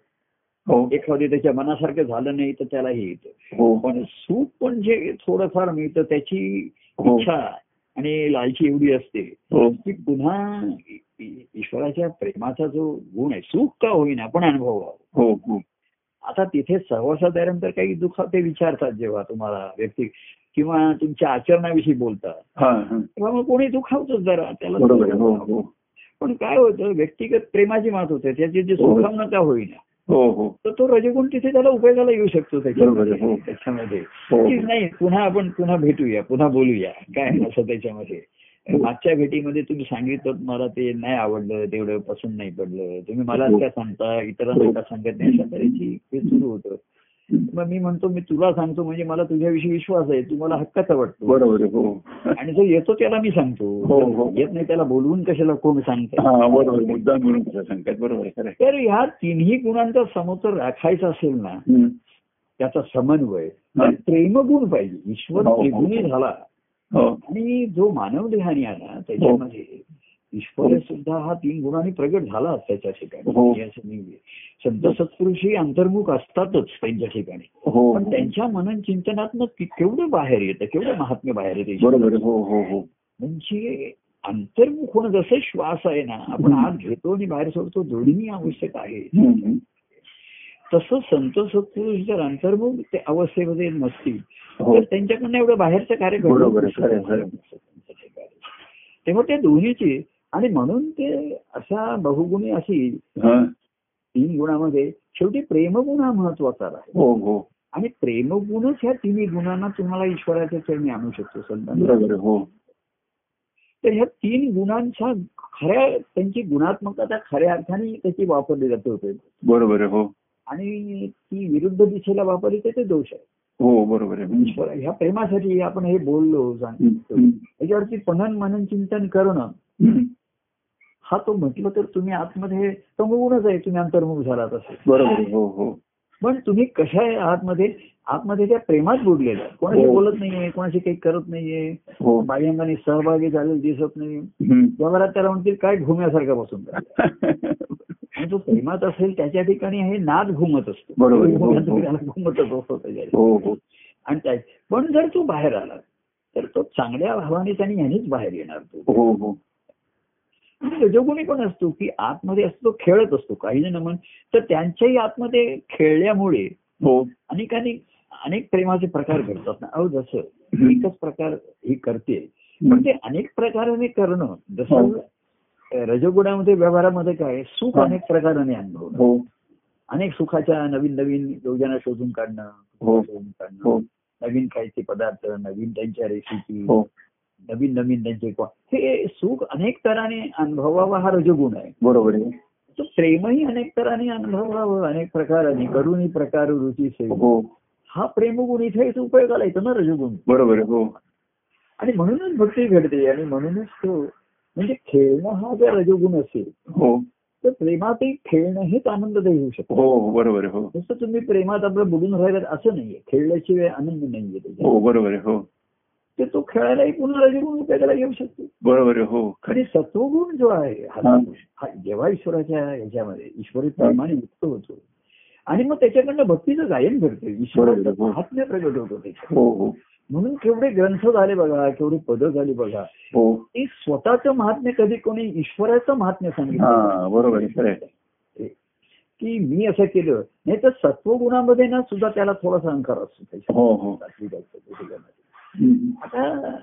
Speaker 1: हो
Speaker 2: एखादी त्याच्या मनासारखं झालं नाही तर त्याला हे येतं
Speaker 1: हो
Speaker 2: पण सुख पण जे थोडंफार मिळतं त्याची
Speaker 1: हो
Speaker 2: इच्छा आणि लालची एवढी असते
Speaker 1: हो
Speaker 2: की पुन्हा इ- इ- ईश्वराच्या प्रेमाचा जो गुण आहे सुख का होईना पण अनुभवावं
Speaker 1: हो हो
Speaker 2: आता तिथे सहवासादरम्यान काही दुःख ते विचारतात जेव्हा तुम्हाला व्यक्ती किंवा तुमच्या आचरणाविषयी बोलतात
Speaker 1: हा हा.
Speaker 2: तेव्हा मग कोणी दुखावतोच जरा त्याला
Speaker 1: बरोबर आहे. हो हो
Speaker 2: पण काय होतं व्यक्तिगत प्रेमाची मात होते त्याची जी
Speaker 1: हो.
Speaker 2: सुखावनता होईना
Speaker 1: हो हो
Speaker 2: तर तो रजगुण तिथे त्याला उपयोगाला येऊ शकतो
Speaker 1: बरोबर
Speaker 2: त्याच्यामध्ये
Speaker 1: आहे. हो.
Speaker 2: त्याच्यामध्ये
Speaker 1: हो
Speaker 2: की नाही पुन्हा आपण पुन्हा भेटूया पुन्हा बोलूया काय असं त्याच्यामध्ये
Speaker 1: हो.
Speaker 2: मागच्या भेटीमध्ये तुम्ही सांगितलं मला ते नाही आवडलं तेवढं पसंत नाही पडलं तुम्ही मलाच
Speaker 1: हो.
Speaker 2: का सांगता इतरांना
Speaker 1: हो.
Speaker 2: का सांगत नाही अशा तऱ्हेची हे सुरू होतं मग मी म्हणतो मी तुला सांगतो म्हणजे मला तुझ्याविषयी विश्वास आहे तुम्हाला हक्काचा वाटतो
Speaker 1: बरोबर आहे. हो
Speaker 2: आणि जो येतो त्याला मी
Speaker 1: हो, हो.
Speaker 2: सांगतो येत नाही त्याला बोलवून कशाला कोण
Speaker 1: हा
Speaker 2: सांगतो
Speaker 1: बरोबर आहे. मुद्दाम म्हणून तुझा संकेत बरोबर आहे. खरं आहे.
Speaker 2: तर ह्या तिन्ही गुणांचा समतोल राखायचा असेल ना
Speaker 1: हम्म.
Speaker 2: त्याचा समन्वय
Speaker 1: हा.
Speaker 2: तर प्रेमगुण पाहिजे ईश्वर
Speaker 1: हो, हो, हो.
Speaker 2: त्रिगुणी झाला
Speaker 1: हो
Speaker 2: आणि जो मानव देहाने आला त्याच्यामध्ये ईश्वर सुद्धा हा तीन गुणांनी प्रगट झाला त्याच्या
Speaker 1: हो.
Speaker 2: ठिकाणी म्हणजे असं नाहीये. संत सत्पुरुषही अंतर्मुख असतातच त्यांच्या ठिकाणी
Speaker 1: हो
Speaker 2: पण त्यांच्या मनन चिंतनातनं कि- केवढं बाहेर येतं केवढं महात्म्य बाहेर येते
Speaker 1: बरोबर आहे. हो हो हो
Speaker 2: म्हणजे अंतर्मुख होणं जसं श्वास आहे ना आपण आत घेतो आणि बाहेर सोडतो दोन्ही आवश्यक आहे
Speaker 1: हम्म.
Speaker 2: तसं संत सत्पुरुष जर अंतर्मुख ते अवस्थेमध्ये नसतील
Speaker 1: हो
Speaker 2: तर त्यांच्याकडनं एवढं बाहेरचं कार्य घडू
Speaker 1: बरोबर आहे, खरं आहे, खरं
Speaker 2: शकतं. तेव्हा त्या दोन्हीची आणि म्हणून ते अशा बहुगुणी अशी
Speaker 1: हा.
Speaker 2: तीन गुणामध्ये शेवटी प्रेमगुण हा महत्वाचा आहे
Speaker 1: हो हो
Speaker 2: आणि प्रेमगुणच ह्या तिन्ही गुणांना तुम्हाला ईश्वराच्या चरणी आणू शकतो संतांना
Speaker 1: बरोबर आहे. हो
Speaker 2: तर ह्या तीन गुणांचा खऱ्या त्यांची गुणात्मकता खऱ्या अर्थाने त्याची वापरली जाते होते
Speaker 1: बरोबर आहे. हो
Speaker 2: आणि ती विरुद्ध दिशेला वापरली तर ते दोष आहे
Speaker 1: हो बरोबर आहे. हम्म.
Speaker 2: ईश्वर म्हणजे ह्या प्रेमासाठी आपण हे बोललो सांगितलं
Speaker 1: हम्म.
Speaker 2: त्याच्यावरती पणन मनन चिंतन करणं
Speaker 1: हम्म.
Speaker 2: हा तो म्हटलं तर तुम्ही आतमध्ये तमगुणच आहे तुम्ही अंतर्मुख झालात असे
Speaker 1: बरोबर आहे. हो हो
Speaker 2: पण तुम्ही कशा आहे आतमध्ये आतमध्ये त्या प्रेमात बुडलेला आहे. कोणाशी
Speaker 1: हो.
Speaker 2: बोलत नाहीये कोणाशी काही करत नाहीये
Speaker 1: हो
Speaker 2: बाह्यांगाने सहभागी झालेले दिसत नाही
Speaker 1: हम्म.
Speaker 2: जगभरात त्याला म्हणतील काय घुम्यासारखा बसून राहिला. आणि तो प्रेमात असेल त्याच्या ठिकाणी हे नाद घुमत असतो
Speaker 1: बरोबर आहे. हो, हो.
Speaker 2: तो त्याला घुमतच असतो त्याच्या
Speaker 1: हो हो
Speaker 2: आणि त्या पण जर तो बाहेर आला तर तो चांगल्या भावाने आणि ह्यानेच बाहेर येणार तो
Speaker 1: हो हो
Speaker 2: आणि म्हणजे रजोगुणी पण असतो की आतमध्ये असतो तो खेळत असतो काही जण म्हण तर त्यांच्याही आतमध्ये खेळल्यामुळे
Speaker 1: हो
Speaker 2: अनेकांनी अनेक प्रेमाचे प्रकार घडतात ना अहो जसं
Speaker 1: हम्म.
Speaker 2: एकच प्रकार ही करते पण
Speaker 1: Mm-hmm.
Speaker 2: ते अनेक प्रकाराने करणं जसं
Speaker 1: हो.
Speaker 2: रजोगुणामध्ये व्यवहारामध्ये काय सुख
Speaker 1: हा.
Speaker 2: अनेक प्रकाराने अनुभवणं
Speaker 1: हो
Speaker 2: अनेक सुखाच्या नवीन नवीन योजना शोधून काढणं
Speaker 1: हो.
Speaker 2: शोधून काढणं
Speaker 1: हो
Speaker 2: नवीन खायचे पदार्थ नवीन त्यांच्या रेसिपी
Speaker 1: हो
Speaker 2: नवीन नवीन त्यांचे को- हे सुख अनेक तऱ्हाने अनुभवावा हा रजोगुण आहे
Speaker 1: बरोबर आहे.
Speaker 2: तो प्रेमही अनेक तऱ्हाने अनुभवावं अनेक प्रकाराने करुणी प्रकार रुची सेवा
Speaker 1: हो
Speaker 2: हा प्रेमगुण इथे इथे उपयोगाला येतो ना रजगुण
Speaker 1: बरोबर आहे. हो
Speaker 2: आणि म्हणूनच भक्ती घडते आणि म्हणूनच तो म्हणजे खेळणं हा जर रजगुण असेल
Speaker 1: हो
Speaker 2: तर प्रेमातही खेळणं हेच आनंददायी होऊ शकतो
Speaker 1: हो हो बरोबर आहे. हो
Speaker 2: जसं तुम्ही प्रेमात आपलं बुडून राहिलात असं नाहीये खेळल्याशिवाय आनंद नाहीये त्याच्यात
Speaker 1: हो बरोबर आहे. हो
Speaker 2: तर तो खेळायलाही पुन्हा रजगुण उपयोगाला येऊ शकतो
Speaker 1: बरोबर आहे. हो खरं
Speaker 2: आणि सत्वगुण जो आहे
Speaker 1: हा.
Speaker 2: हा हा जेव्हा ईश्वराच्या ह्याच्यामध्ये ईश्वरी प्रेमाने मुक्त होतो आणि मग त्याच्याकडनं भक्तीचं गायन घडतं
Speaker 1: बरोबर,
Speaker 2: ईश्वराचं
Speaker 1: हो.
Speaker 2: महात्म्य प्रगट होतो त्याच्यात
Speaker 1: हो हो
Speaker 2: म्हणून केवढे ग्रंथ झाले बघा केवढी पदं झाली बघा
Speaker 1: हो
Speaker 2: ते स्वतःचं महात्म्य कधी कोणी ईश्वराचं महात्म्य सांगितलं
Speaker 1: हा बरोबर आहे खरं आहे.
Speaker 2: की मी असं केलं नाही तर सत्वगुणामध्ये ना सुद्धा त्याला थोडासा अंकार असतो त्याच्या
Speaker 1: हो हो
Speaker 2: सात्विक असतो, भौतिक असतो.
Speaker 1: हम्म.
Speaker 2: आता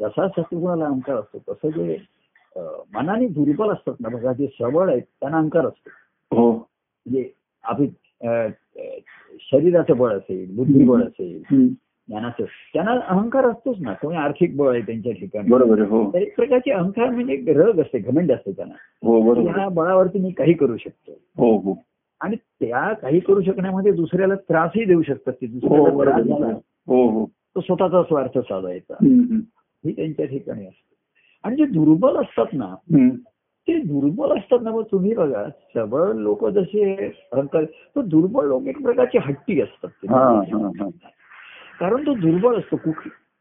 Speaker 2: जसा सत्वगुणाला अंकार असतो तसं जे अं, मनाने दुर्बल असतात ना बघा जे सबळ आहेत त्यांना अंकार असतो
Speaker 1: हो
Speaker 2: म्हणजे आपली अं, अं, शरीराचं बळ असेल बुद्धिबळ असेल
Speaker 1: हम्म.
Speaker 2: ज्ञानाचं त्यांना अहंकार असतोच ना कोणी आर्थिक बळ आहे त्यांच्या ठिकाणी
Speaker 1: बरोबर आहे हो
Speaker 2: तर एक प्रकारचे अहंकार म्हणजे एक रग असते घमंड असते त्यांना
Speaker 1: हो बरोबर आहे.
Speaker 2: या बळावरती मी काही करू शकतो
Speaker 1: हो हो
Speaker 2: आणि त्या काही करू शकण्यामध्ये दुसऱ्याला त्रासही देऊ शकतात ते
Speaker 1: हो
Speaker 2: दुसऱ्याला
Speaker 1: बरोबर
Speaker 2: त्रास
Speaker 1: आहे.
Speaker 2: झाला
Speaker 1: हो हो
Speaker 2: तो स्वतःचा स्वार्थ साधायचा
Speaker 1: हम्म, हम्म.
Speaker 2: ही त्यांच्या ठिकाणी असते आणि जे दुर्बल असतात ना
Speaker 1: हम्म.
Speaker 2: ते दुर्बल असतात ना मग तुम्ही बघा सबळ लोक जसे अहंकार तो दुर्बल लोक एक प्रकारचे हट्टी असतात
Speaker 1: हा
Speaker 2: ते.
Speaker 1: हा हा
Speaker 2: कारण तो दुर्बल असतो कुठ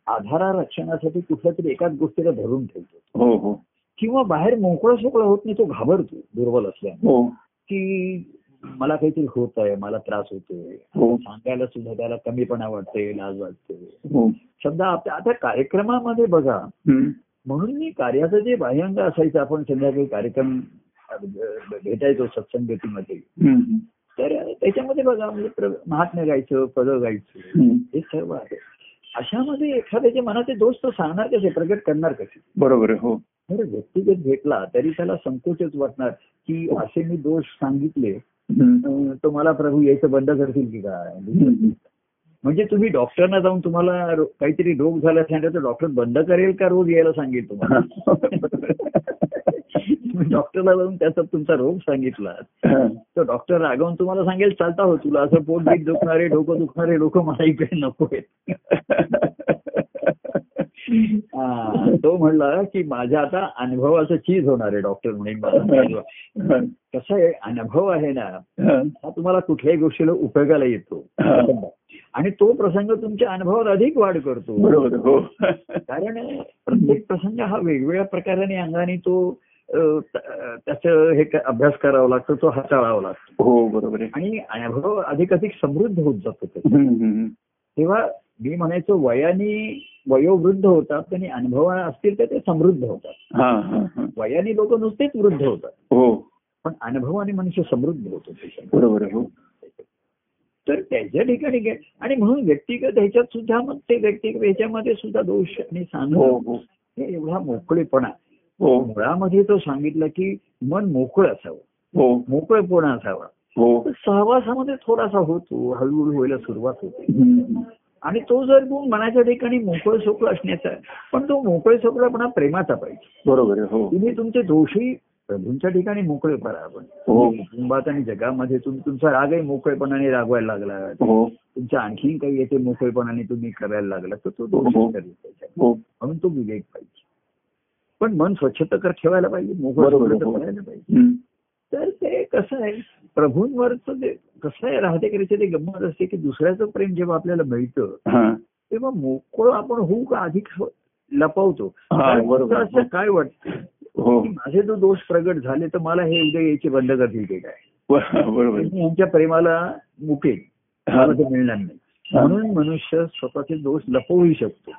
Speaker 2: आधारा रक्षणासाठी कुठल्या तरी एकाच गोष्टीला धरून ठेवतो
Speaker 1: हो हो
Speaker 2: किंवा बाहेर मोकळा सोकळा होत नाही तो घाबरतो दुर्बल असल्याने
Speaker 1: हो
Speaker 2: की मला काहीतरी होत आहे मला त्रास होतोय
Speaker 1: हो
Speaker 2: सांगायला सुद्धा त्याला कमीपणा वाटते लाज वाटते
Speaker 1: हो
Speaker 2: समजा आपल्या आता कार्यक्रमामध्ये बघा
Speaker 1: हम्म.
Speaker 2: म्हणून मी कार्याचं जे बाह्यंग असायचं आपण संध्याकाळी कार्यक्रम अ, ब- भेटायचो सत्संगतीमध्ये
Speaker 1: हम्म.
Speaker 2: तर त्याच्यामध्ये बघा म्हणजे प्र- महात्म्य गायचं पदं गायचं
Speaker 1: हम्म.
Speaker 2: हे सर्व आहे अशामध्ये एखाद्याच्या मनाचे दोष तो सांगणार कसे प्रगट करणार कसे
Speaker 1: बरोबर आहे हो
Speaker 2: बरं व्यक्तिगत भेटला तरी त्याला संकोचच वाटणार की असे मी दोष सांगितले
Speaker 1: हम्म.
Speaker 2: अं, तो मला प्रभू यायचं बंद करतील की काय
Speaker 1: हम्म.
Speaker 2: म्हणजे तुम्ही डॉक्टरना जाऊन तुम्हाला रो- काहीतरी रोग झाला सांगितलं तर डॉक्टर बंद करेल का रोज यायला सांगेल तुम्हाला तुम्ही डॉक्टरला जाऊन त्याचा तुमचा रोग सांगितला तर डॉक्टर रागावून तुम्हाला सांगेल चालता हो तुला असं पोट बीट दुखणारे डोकं दुखणारे लोक मला इकडे नको आहेत तो म्हणला की माझ्या आता अनुभवाचं चीज होणार आहे डॉक्टर म्हणून मला कसं आहे अनुभव आहे ना हा तुम्हाला कुठल्याही गोष्टीला उपयोगाला येतो आणि तो प्रसंग तुमच्या अनुभवात अधिक वाढ करतो
Speaker 1: बरोबर आहे. हो
Speaker 2: कारण प्रत्येक प्रसंग हा वेगवेगळ्या प्रकाराने अंगाने तो अ, त- त्याचं हे क- अभ्यास करावा लागतो तो हाताळावा लागतो
Speaker 1: हो बरोबर आहे
Speaker 2: आणि अनुभव अधिक अधिक समृद्ध होत जातो त्याचा.
Speaker 1: हम्म, हम्म.
Speaker 2: तेव्हा मी म्हणायचो वयाने वयोवृद्ध होतात आणि अनुभव असतील तर ते समृद्ध होतात
Speaker 1: हा हा हा
Speaker 2: वयाने लोक नुसतेच वृद्ध होतात
Speaker 1: हो
Speaker 2: पण अनुभवाने मनुष्य समृद्ध होतो त्याच्यामध्ये.
Speaker 1: बरोबर आहे हो
Speaker 2: तर त्याच्या ठिकाणी गे- आणि म्हणून व्यक्तिगत ह्याच्यात सुद्धा मग ते व्यक्तिगत ह्याच्यामध्ये सुद्धा दोष आणि
Speaker 1: हो
Speaker 2: सांगणं
Speaker 1: हो
Speaker 2: हे एवढा मोकळेपणा
Speaker 1: हो
Speaker 2: मुळामध्ये तो सांगितलं की मन मोकळं असावं
Speaker 1: हो
Speaker 2: मोकळेपणा असावा
Speaker 1: हो
Speaker 2: तर सहवासामध्ये थोडासा होतो हळूहळू व्हायला सुरुवात होते
Speaker 1: हम्म.
Speaker 2: आणि तो जर गुण मनाच्या ठिकाणी मोकळ सोकळ असण्याचा आहे, पण तो मोकळे सोकळापणा प्रेमाचा पाहिजे
Speaker 1: बरोबर आहे हो
Speaker 2: तुम्ही तुमचे दोषही प्रभूंच्या ठिकाणी मोकळे पडा आपण
Speaker 1: हो.
Speaker 2: कुटुंबात आणि जगामध्ये तुम्ही तुमचा रागही मोकळेपणाने रागवायला लागला
Speaker 1: हो
Speaker 2: तुमच्या आणखीन काही येते मोकळेपणाने तुम्ही करायला लागला तर तो दोष
Speaker 1: हो.
Speaker 2: करेल त्याच्यात.
Speaker 1: हो
Speaker 2: म्हणून तो विवेक पाहिजे पण मन स्वच्छता कर ठेवायला पाहिजे मोकळं
Speaker 1: बरोबर,
Speaker 2: स्वच्छता
Speaker 1: हो.
Speaker 2: करायला पाहिजे
Speaker 1: हम्म.
Speaker 2: तर ते कसं आहे प्रभूंवरचं जे कसं आहे राहते करायचं ते गंमत असते की दुसऱ्याचं प्रेम जेव्हा आपल्याला मिळतं
Speaker 1: हा
Speaker 2: तेव्हा मोकळं आपण होऊ का अधिक स्व- लपवतो
Speaker 1: हा,
Speaker 2: कारण
Speaker 1: बरोबर.
Speaker 2: तुला असं काय वाटतं
Speaker 1: हो
Speaker 2: की माझे जो दोष प्रगट झाले तर मला हे उद्या यायचे बंद करतील की काय
Speaker 1: बरोबर आहे.
Speaker 2: मी यांच्या प्रेमाला मुकेल
Speaker 1: हा.
Speaker 2: मला ते मिळणार नाही
Speaker 1: हा.
Speaker 2: म्हणून मनुष्य स्वतःचे दोष लपवू शकतो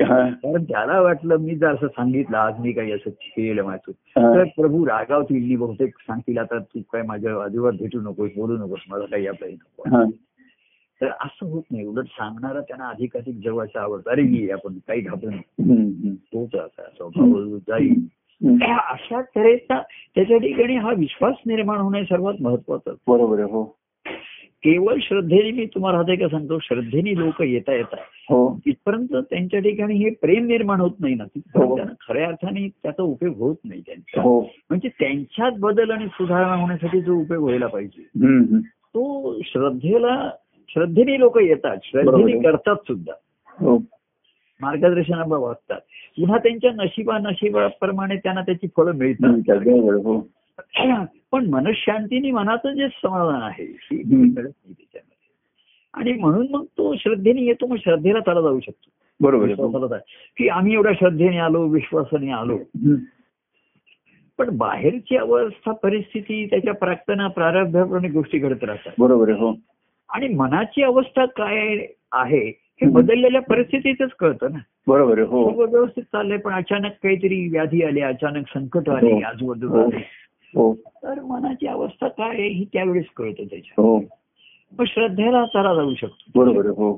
Speaker 1: हा.
Speaker 2: कारण त्याला वाटलं मी जर असं सांगितलं आज मी काही असं केलं माझं
Speaker 1: हा.
Speaker 2: तर प्रभू रागावतील नी बहुतेक सांगतील आता तू काय माझ्या अजिबात भेटू नकोस बोलू नकोस मला काही आपलं हे नको
Speaker 1: हा.
Speaker 2: तर असं होत नाही उलट सांगणारा त्यांना अधिक अधिक जवळचा आवडतं अरे ये आपण काही घाबरू नको
Speaker 1: हम्म, हम्म.
Speaker 2: तोच असा स्वभाव जाईल
Speaker 1: हम्म.
Speaker 2: त्या अशा तऱ्हेचा त्याच्या ठिकाणी हा विश्वास निर्माण होणे सर्वात महत्वाचं
Speaker 1: बरोबर आहे हो
Speaker 2: केवळ श्रद्धेने मी तुम्हाला हा का सांगतो श्रद्धेने लोक येता येतात
Speaker 1: हो
Speaker 2: तिथपर्यंत त्यांच्या ठिकाणी हे प्रेम निर्माण होत नाही ना तिथपर्यंत त्यांना खऱ्या अर्थाने त्याचा उपयोग होत नाही त्यांचा
Speaker 1: हो
Speaker 2: म्हणजे त्यांच्यात बदल आणि सुधारणा होण्यासाठी जो उपयोग व्हायला पाहिजे
Speaker 1: हम्म, हम्म.
Speaker 2: तो श्रद्धेला श्रद्धेने लोक येतात
Speaker 1: बरोबर
Speaker 2: श्रद्धेने
Speaker 1: आहे.
Speaker 2: करतात सुद्धा
Speaker 1: हो
Speaker 2: मार्गदर्शना वागतात पुन्हा त्यांच्या नशिबा नशिबाप्रमाणे त्यांना त्याची फळं
Speaker 1: हम्म, त्या
Speaker 2: मिळतात
Speaker 1: बरोबर आहे. हो
Speaker 2: पण मनशांतीने मनाचं जे समाधान आहे ते
Speaker 1: हम्म.
Speaker 2: कळत नाही त्याच्यामध्ये आणि म्हणून मग तो श्रद्धेने येतो मग श्रद्धेला त्याला जाऊ शकतो
Speaker 1: बरोबर आहे. हो.
Speaker 2: विश्वासाला जाय. की आम्ही एवढ्या श्रद्धेने आलो विश्वासाने आलो
Speaker 1: हम्म.
Speaker 2: पण बाहेरची अवस्था परिस्थिती त्याच्या प्राक्तना प्रारंभाप्रमाणे गोष्टी घडत राहतात
Speaker 1: बरोबर आहे. हो
Speaker 2: आणि मनाची अवस्था काय आहे हे बदललेल्या परिस्थितीतच कळतं ना
Speaker 1: बरोबर आहे हो
Speaker 2: सर्व व्यवस्थित चाललंय पण अचानक काहीतरी व्याधी आली अचानक संकट आली
Speaker 1: हो.
Speaker 2: आजूबाजूला आली.
Speaker 1: हो
Speaker 2: तर मनाची अवस्था काय आहे ही त्यावेळेस कळतं त्याच्या
Speaker 1: हो
Speaker 2: मग श्रद्धेला सारा जाऊ शकतो
Speaker 1: बरोबर आहे हो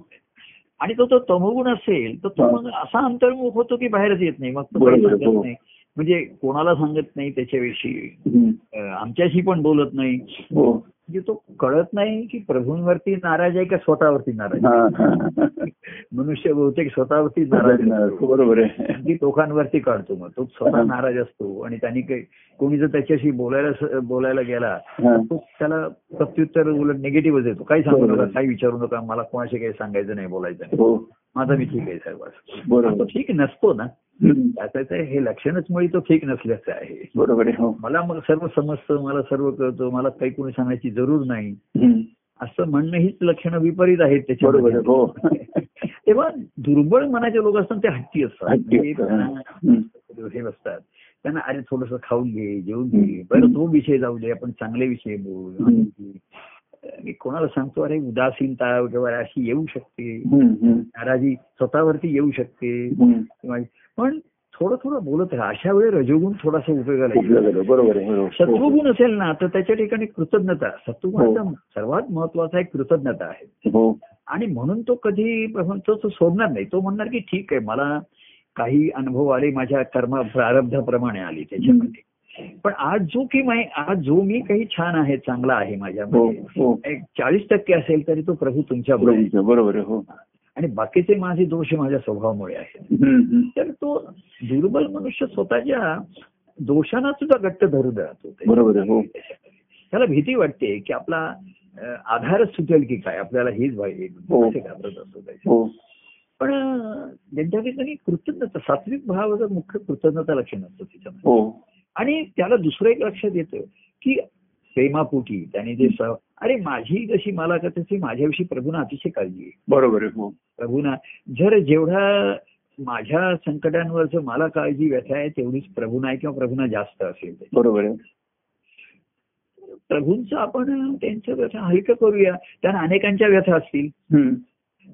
Speaker 2: आणि तो तो तमोगुण असेल तर तो
Speaker 1: हा.
Speaker 2: मग असा अंतर्मुख होतो की बाहेरच येत नाही मग तो
Speaker 1: बरोबर,
Speaker 2: काही सांगत
Speaker 1: हो.
Speaker 2: नाही म्हणजे कोणाला सांगत नाही त्याच्याविषयी
Speaker 1: हम्म.
Speaker 2: अं, आमच्याशी पण बोलत नाही
Speaker 1: हो
Speaker 2: म्हणजे तो कळत नाही की प्रभूंवरती नाराज आहे का स्वतःवरती नाराज
Speaker 1: हा, हा, हा.
Speaker 2: आहे. मनुष्य बहुतेक स्वतःवरती नाराज असतो
Speaker 1: बरोबर आहे
Speaker 2: अगदी लोकांवरती काढतो मग तो स्वतः
Speaker 1: हा.
Speaker 2: नाराज असतो आणि त्यांनी काही कोणी जर त्याच्याशी बोलायला स- बोलायला गेला
Speaker 1: हा.
Speaker 2: तो त्याला प्रत्युत्तर उलट निगेटिव्ह देतो काही सांगू
Speaker 1: बरोबर.
Speaker 2: नका काही विचारू नका मला कोणाशी काही सांगायचं नाही बोलायचं नाही
Speaker 1: हो
Speaker 2: माझा मी ठीक आहे साहेब असं. तो
Speaker 1: बरोबर
Speaker 2: ठीक नसतो ना
Speaker 1: हम्म.
Speaker 2: त्याचं ते हे लक्षणच मुळे तो ठीक नसल्याचं आहे
Speaker 1: बरोबर आहे हो
Speaker 2: मला मग सर्व समजतं मला सर्व कळतं मला काही कोणी सांगायची जरूर नाही
Speaker 1: हम्म.
Speaker 2: असं म्हणणं हीच लक्षणं विपरीत आहेत
Speaker 1: बरोबर आहे
Speaker 2: त्याच्यामध्ये
Speaker 1: हो
Speaker 2: तेव्हा दुर्बळ मनाचे लोक असतात ते हट्टी असतात
Speaker 1: हट्टी
Speaker 2: म्हणजे
Speaker 1: असतात,
Speaker 2: त्यांना
Speaker 1: हम्म.
Speaker 2: हे असतात त्यांना अरे थोडस खाऊन घे जेवून
Speaker 1: हम्म.
Speaker 2: घे बरं तो विषय जाऊ दे आपण चांगले विषय बोलू
Speaker 1: हम्म.
Speaker 2: आणि मी कोणाला सांगतो अरे उदासीनता वगैरे अशी येऊ शकते
Speaker 1: हम्म, हम्म.
Speaker 2: नाराजी स्वतःवरती येऊ शकते
Speaker 1: हम्म.
Speaker 2: किंवा- पण थोडं थोडं बोलत राहा अशा वेळी रजोगुण थोडासा उपयोगाला येईल हो,
Speaker 1: उपयोग झाला, बरोबर आहे बरोबर.
Speaker 2: सत्वगुण असेल ना तर त्याच्या ठिकाणी कृतज्ञता सत्वगुणाचा सर्वात महत्वाचा एक कृतज्ञता आहे
Speaker 1: हो
Speaker 2: आणि म्हणून तो कधी म्हणतो तो सोडणार नाही तो म्हणणार की ठीक आहे मला काही अनुभव आले माझ्या कर्म प्रारब्धाप्रमाणे आली त्याच्यामध्ये पण आज जो की मै आज जो मी काही छान आहे चांगला आहे
Speaker 1: हो
Speaker 2: माझ्यामध्ये
Speaker 1: हो
Speaker 2: एक चाळीस टक्के असेल तरी तो प्रभू तुमच्या आहे
Speaker 1: बरोबर बरोबर आहे हो
Speaker 2: आणि बाकीचे माझे दोष माझ्या स्वभावामुळे आहेत
Speaker 1: हम्म, हम्म.
Speaker 2: तर तो दुर्बल मनुष्य स्वतःच्या दोषांना सुद्धा घट्ट धरून राहतो
Speaker 1: बरोबर आहे हो
Speaker 2: त्याला भीती वाटते की आपला अं, आधारच सुटेल की काय आपल्याला हेच पाहिजे
Speaker 1: हो.
Speaker 2: असे घाबरत असतो त्याच्या
Speaker 1: हो
Speaker 2: पण अं, ज्यांच्या ठिकाणी कृतज्ञता सात्विक भावाचं मुख्य कृतज्ञता लक्षण असतं त्याच्यामध्ये
Speaker 1: हो
Speaker 2: आणि त्याला दुसरं एक लक्षात येतं की प्रेमापोटी त्याने जे सह अरे माझी जशी मला का तशी माझ्याविषयी प्रभूना अतिशय काळजी आहे
Speaker 1: बरोबर आहे हो
Speaker 2: प्रभूना जर जेवढा माझ्या संकटांवरचं मला काळजी व्यथा आहे तेवढीच प्रभूना आहे किंवा प्रभूना जास्त असेल ते.
Speaker 1: बरोबर आहे
Speaker 2: प्रभूंचं आपण त्यांचं व्यथा हलकं करूया कारण अनेकांच्या व्यथा असतील
Speaker 1: हम्म.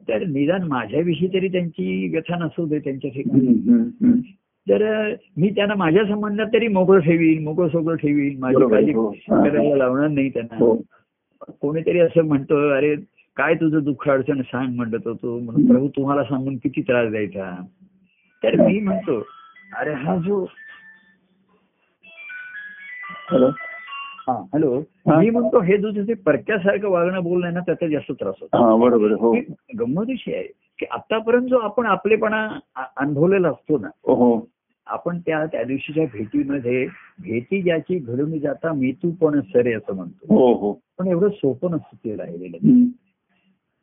Speaker 2: तर निदान माझ्याविषयी तरी त्यांची व्यथा नसू दे त्यांच्या ठिकाणी
Speaker 1: हम्म, हम्म, हम्म.
Speaker 2: तर अ, मी त्यांना माझ्या संबंधात तरी मोकळं ठेवीन मोकळं सोकळं ठेवीन माझी
Speaker 1: बरोबर
Speaker 2: काळजी
Speaker 1: आहे, हो.
Speaker 2: करायला लावणार नाही
Speaker 1: हो
Speaker 2: त्यांना कोणीतरी असं म्हणतो अरे काय तुझं दुःख अडचण सांग म्हणत होतो म्हणून प्रभू तुम्हाला सांगून किती त्रास द्यायचा तर मी म्हणतो अरे हा जो
Speaker 1: हॅलो
Speaker 2: हा हॅलो
Speaker 1: हा.
Speaker 2: मी म्हणतो हे तुझं ते परक्यासारखं वागणं बोलणं ना त्याचा जास्त त्रास होतो
Speaker 1: हा बरोबर आहे, हो
Speaker 2: ही गंमतीशी आहे की आतापर्यंत जो आपण आपलेपणा आ- अनुभवलेला असतो ना
Speaker 1: हो हो
Speaker 2: आपण त्या त्या दिवशीच्या भेटीमध्ये भेटी ज्याची घडून जाता मी तू पण सरे असं म्हणतो
Speaker 1: हो हो
Speaker 2: पण एवढं सोपं नसतं ते राहिलेलं
Speaker 1: हम्म.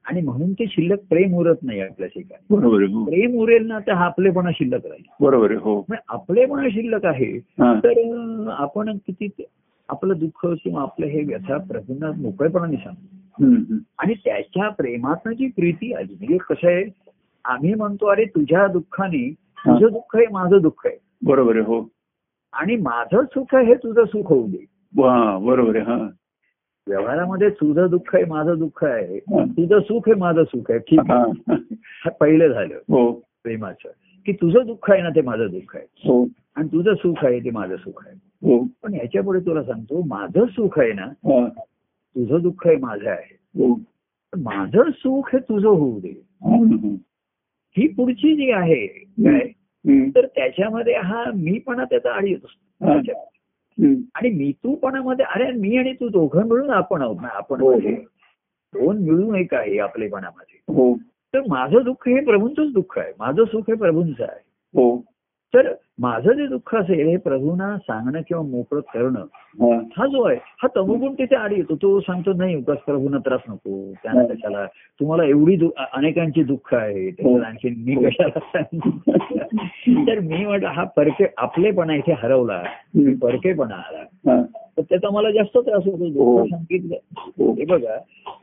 Speaker 2: आणि म्हणून ते शिल्लक प्रेम उरत नाही आपल्या ठिकाणी
Speaker 1: बरोबर आहे, हो
Speaker 2: प्रेम उरेल ना तर हा आपलेपणा शिल्लक राहील
Speaker 1: बरोबर आहे, हो
Speaker 2: म्हणजे आपलेपणा शिल्लक आहे
Speaker 1: हा.
Speaker 2: तर अं, आपण किती ते- आपलं दुःख किंवा आपलं हे व्यथा प्रसंगात मोकळेपणाने सांगतो
Speaker 1: हम्म, हम्म.
Speaker 2: आणि त्याच्या प्रेमातनं जी प्रीती आली म्हणजे कसं आहे आम्ही म्हणतो अरे तुझ्या दुःखाने तुझं दुःख आहे माझं दुःख आहे
Speaker 1: बरोबर आहे, हो
Speaker 2: आणि माझं सुख आहे हे तुझं सुख होऊ दे
Speaker 1: वा, बरोबर आहे, हा
Speaker 2: व्यवहारामध्ये तुझं दुःख आहे माझं दुःख आहे
Speaker 1: हा.
Speaker 2: तुझं सुख आहे माझं सुख आहे ठीक आहे
Speaker 1: हा.
Speaker 2: हे पहिलं झालं
Speaker 1: हो
Speaker 2: प्रेमाचं की तुझं दुःख आहे ना ते माझं दुःख आहे
Speaker 1: हो
Speaker 2: आणि तुझं सुख आहे ते माझं सुख आहे
Speaker 1: हो
Speaker 2: पण ह्याच्यापुढे तुला सांगतो माझं सुख आहे ना
Speaker 1: हा.
Speaker 2: तुझं दुःख आहे माझं आहे
Speaker 1: हो
Speaker 2: पण माझं सुख हे तुझं होऊ दे
Speaker 1: हम्म, हम्म.
Speaker 2: ही पुढची जी आहे काय
Speaker 1: हम्म.
Speaker 2: तर त्याच्यामध्ये हा मीपणा त्याचा आड येत
Speaker 1: हा.
Speaker 2: असतो
Speaker 1: हम्म.
Speaker 2: आणि मी तूपणामध्ये अरे मी आणि तू दोघं मिळून आपण आहोत ना आपण
Speaker 1: हो, हो.
Speaker 2: म्हणजे दोन मिळून एक आहे आपलेपणामध्ये
Speaker 1: हो
Speaker 2: तर माझं दुःख हे प्रभूंचंच दुःख आहे माझं सुख हे प्रभूंचं आहे
Speaker 1: हो
Speaker 2: तर माझं जे दुःख असेल हे प्रभूंना सांगणं किंवा मोकळं करणं
Speaker 1: हा.
Speaker 2: हा जो आहे हा तमोगुण तिथे आड येतो तो सांगतो नाही उगाच प्रभूंना त्रास नको त्यांना कशाला तुम्हाला एवढी दु- अ- अनेकांची दुःख आहे त्याच्यात आणखी मी कशाला सांगू तर मी म्हटलं हा परके आपलेपणा इथे हरवला
Speaker 1: हम्म.
Speaker 2: परकेपणा आला
Speaker 1: हा.
Speaker 2: तर त्याचा मला जास्त त्रास होतो
Speaker 1: हो.
Speaker 2: दुःख सांगितलं हे बघा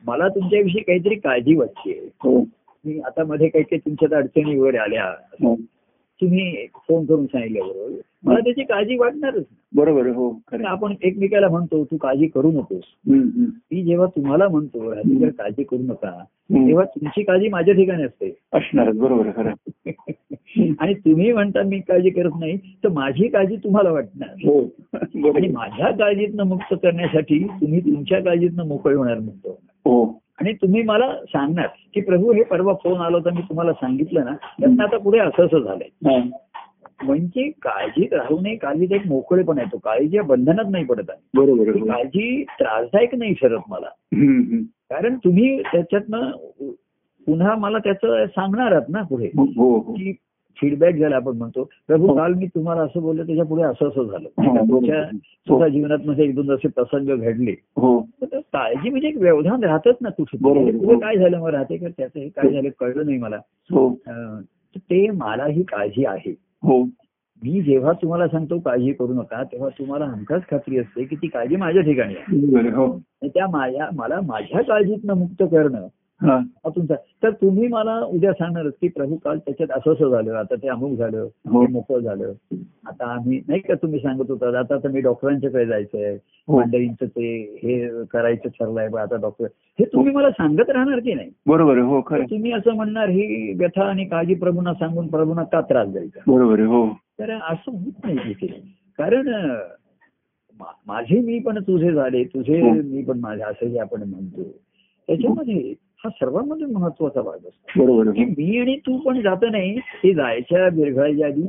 Speaker 2: मला तुमच्याविषयी काहीतरी काळजी वाटते
Speaker 1: हो
Speaker 2: मी आता मध्ये काही काही तुमच्यात अडचणी वगैरे आल्या
Speaker 1: हो
Speaker 2: तुम्ही फोन करून सांगितल्याबरोबर मला त्याची काळजी वाटणारच
Speaker 1: बरोबर आहे, हो खरं आहे.
Speaker 2: आपण एकमेकाला म्हणतो तू काळजी करू नकोस
Speaker 1: हम्म, हम्म.
Speaker 2: मी जेव्हा तुम्हाला म्हणतो राधिका काळजी करू नका
Speaker 1: हम्म.
Speaker 2: तेव्हा तुमची काळजी माझ्या ठिकाणी असते
Speaker 1: असणारच बरोबर आहे, खरं आहे.
Speaker 2: आणि तुम्ही म्हणता मी काळजी करत नाही तर माझी काळजी तुम्हाला वाटणार
Speaker 1: हो
Speaker 2: आणि
Speaker 1: बरोबर
Speaker 2: माझ्या काळजीतनं मुक्त करण्यासाठी तुम्ही तुमच्या काळजीतनं मोकळे होणार म्हणतो
Speaker 1: हो
Speaker 2: आणि तुम्ही मला सांगणार की प्रभू हे परवा फोन आला होता मी तुम्हाला सांगितलं ना त्यांना आता पुढे असं असं झालंय
Speaker 1: हा.
Speaker 2: म्हणजे काळजीत राहू नये काळजीत एक मोकळेपण येतो काळजीच्या बंधनात नाही पडत आहे
Speaker 1: बरोबर आहे,
Speaker 2: ती
Speaker 1: हो.
Speaker 2: काळजी त्रासदायक नाही ठरत मला
Speaker 1: हम्म, हम्म.
Speaker 2: कारण तुम्ही त्याच्यातनं पुन्हा मला त्याचं सांगणार आहात ना पुढे
Speaker 1: हो हो.
Speaker 2: की फीडबॅक झाला आपण म्हणतो प्रभू
Speaker 1: हो.
Speaker 2: काल मी तुम्हाला असं बोललो त्याच्या पुढे असं असं झालं
Speaker 1: हा, बरोबर.
Speaker 2: तुमच्या
Speaker 1: हो
Speaker 2: स्वतः जीवनात मध्ये एक दोन असे प्रसंग घडले
Speaker 1: हो
Speaker 2: तर ते काळजी म्हणजे एक व्यवधान राहतच ना कुठे म्हणजे
Speaker 1: बरोबर.
Speaker 2: पुढे काय झालं मग राहते का त्याचं हे काय झालं कळलं नाही मला
Speaker 1: हो
Speaker 2: अं, तर ते मला ही काळजी आहे
Speaker 1: हो
Speaker 2: मी जेव्हा तुम्हाला सांगतो काळजी करू नका तेव्हा तुम्हाला हमखास खात्री असते की ती काळजी माझ्या ठिकाणी आहे
Speaker 1: बरोबर आहे, हो
Speaker 2: आणि त्या माझ्या मला माझ्या काळजीतनं मुक्त करणं
Speaker 1: हा
Speaker 2: हा तुमचा तर तुम्ही मला उद्या सांगणारच की प्रभू काल त्याच्यात असं असं झालं आता ते अमुक झालं
Speaker 1: हो
Speaker 2: हे मोकळं झालं आता आम्ही नाही का तुम्ही सांगत होता आता तर मी डॉक्टरांच्याकडे जायचंय
Speaker 1: हो
Speaker 2: मंडळींचं ते हे करायचं ठरलंय बा आता डॉक्टर हे तुम्ही मला सांगत राहणार की नाही
Speaker 1: बरोबर आहे, हो खरं आहे.
Speaker 2: तुम्ही असं म्हणणार ही व्यथा आणि काळजी प्रभूंना सांगून प्रभूंना का त्रास द्यायचा
Speaker 1: बरोबर आहे, हो
Speaker 2: तर असं होत नाही तिथे कारण अं, मा- माझे मी पण तुझे झाले तुझे
Speaker 1: हो.
Speaker 2: मी पण माझे असंही आपण म्हणतो त्याच्यामध्ये हा सर्वांमध्ये महत्वाचा भाग असतो
Speaker 1: बरोबर
Speaker 2: की
Speaker 1: आहे,
Speaker 2: म्हणजे
Speaker 1: हो.
Speaker 2: मी आणि तू पण जात नाही ते जायच्या बिरघळायच्या आधी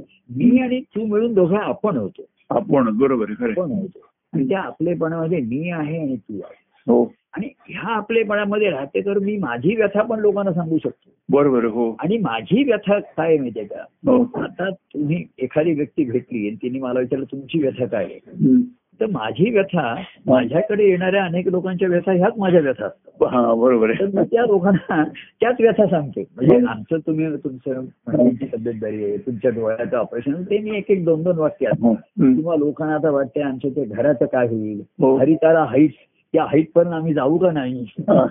Speaker 2: मी आणि तू मिळून दोघं आपण होतो
Speaker 1: हो आपण बरोबर आहे, खरं
Speaker 2: आपण होतो आणि त्या आपलेपणामध्ये मी आहे आणि तू आहे
Speaker 1: आहे. हो
Speaker 2: आणि ह्या आपलेपणामध्ये राहते तर मी माझी व्यथा पण लोकांना सांगू शकतो
Speaker 1: बरोबर आहे, हो
Speaker 2: आणि माझी व्यथा काय आहे माहितीये का
Speaker 1: हो
Speaker 2: आता तुम्ही एखादी व्यक्ती भेटली आणि तिने मला विचारलं तुमची व्यथा काय आहे
Speaker 1: हम्म.
Speaker 2: तर माझी व्यथा माझ्याकडे येणाऱ्या अनेक लोकांच्या व्यथा ह्याच माझ्या व्यथा असतात
Speaker 1: हा बरोबर
Speaker 2: तर
Speaker 1: आहे
Speaker 2: मी त्या लोकांना त्याच व्यथा सांगते म्हणजे
Speaker 1: हो.
Speaker 2: आमचं तुम्ही तुमचं म्हणजे तब्येत बरी आहे तुमच्या डोळ्याचं ऑपरेशन ते मी एक एक दोन दोन वाक्य
Speaker 1: हो. हम्म.
Speaker 2: किंवा लोकांना आता वाटते आमच्या ते घराचं काय होईल
Speaker 1: हो.
Speaker 2: हरितारा हाईट या हाईट पर्यंत आम्ही जाऊ का नाही
Speaker 1: हा.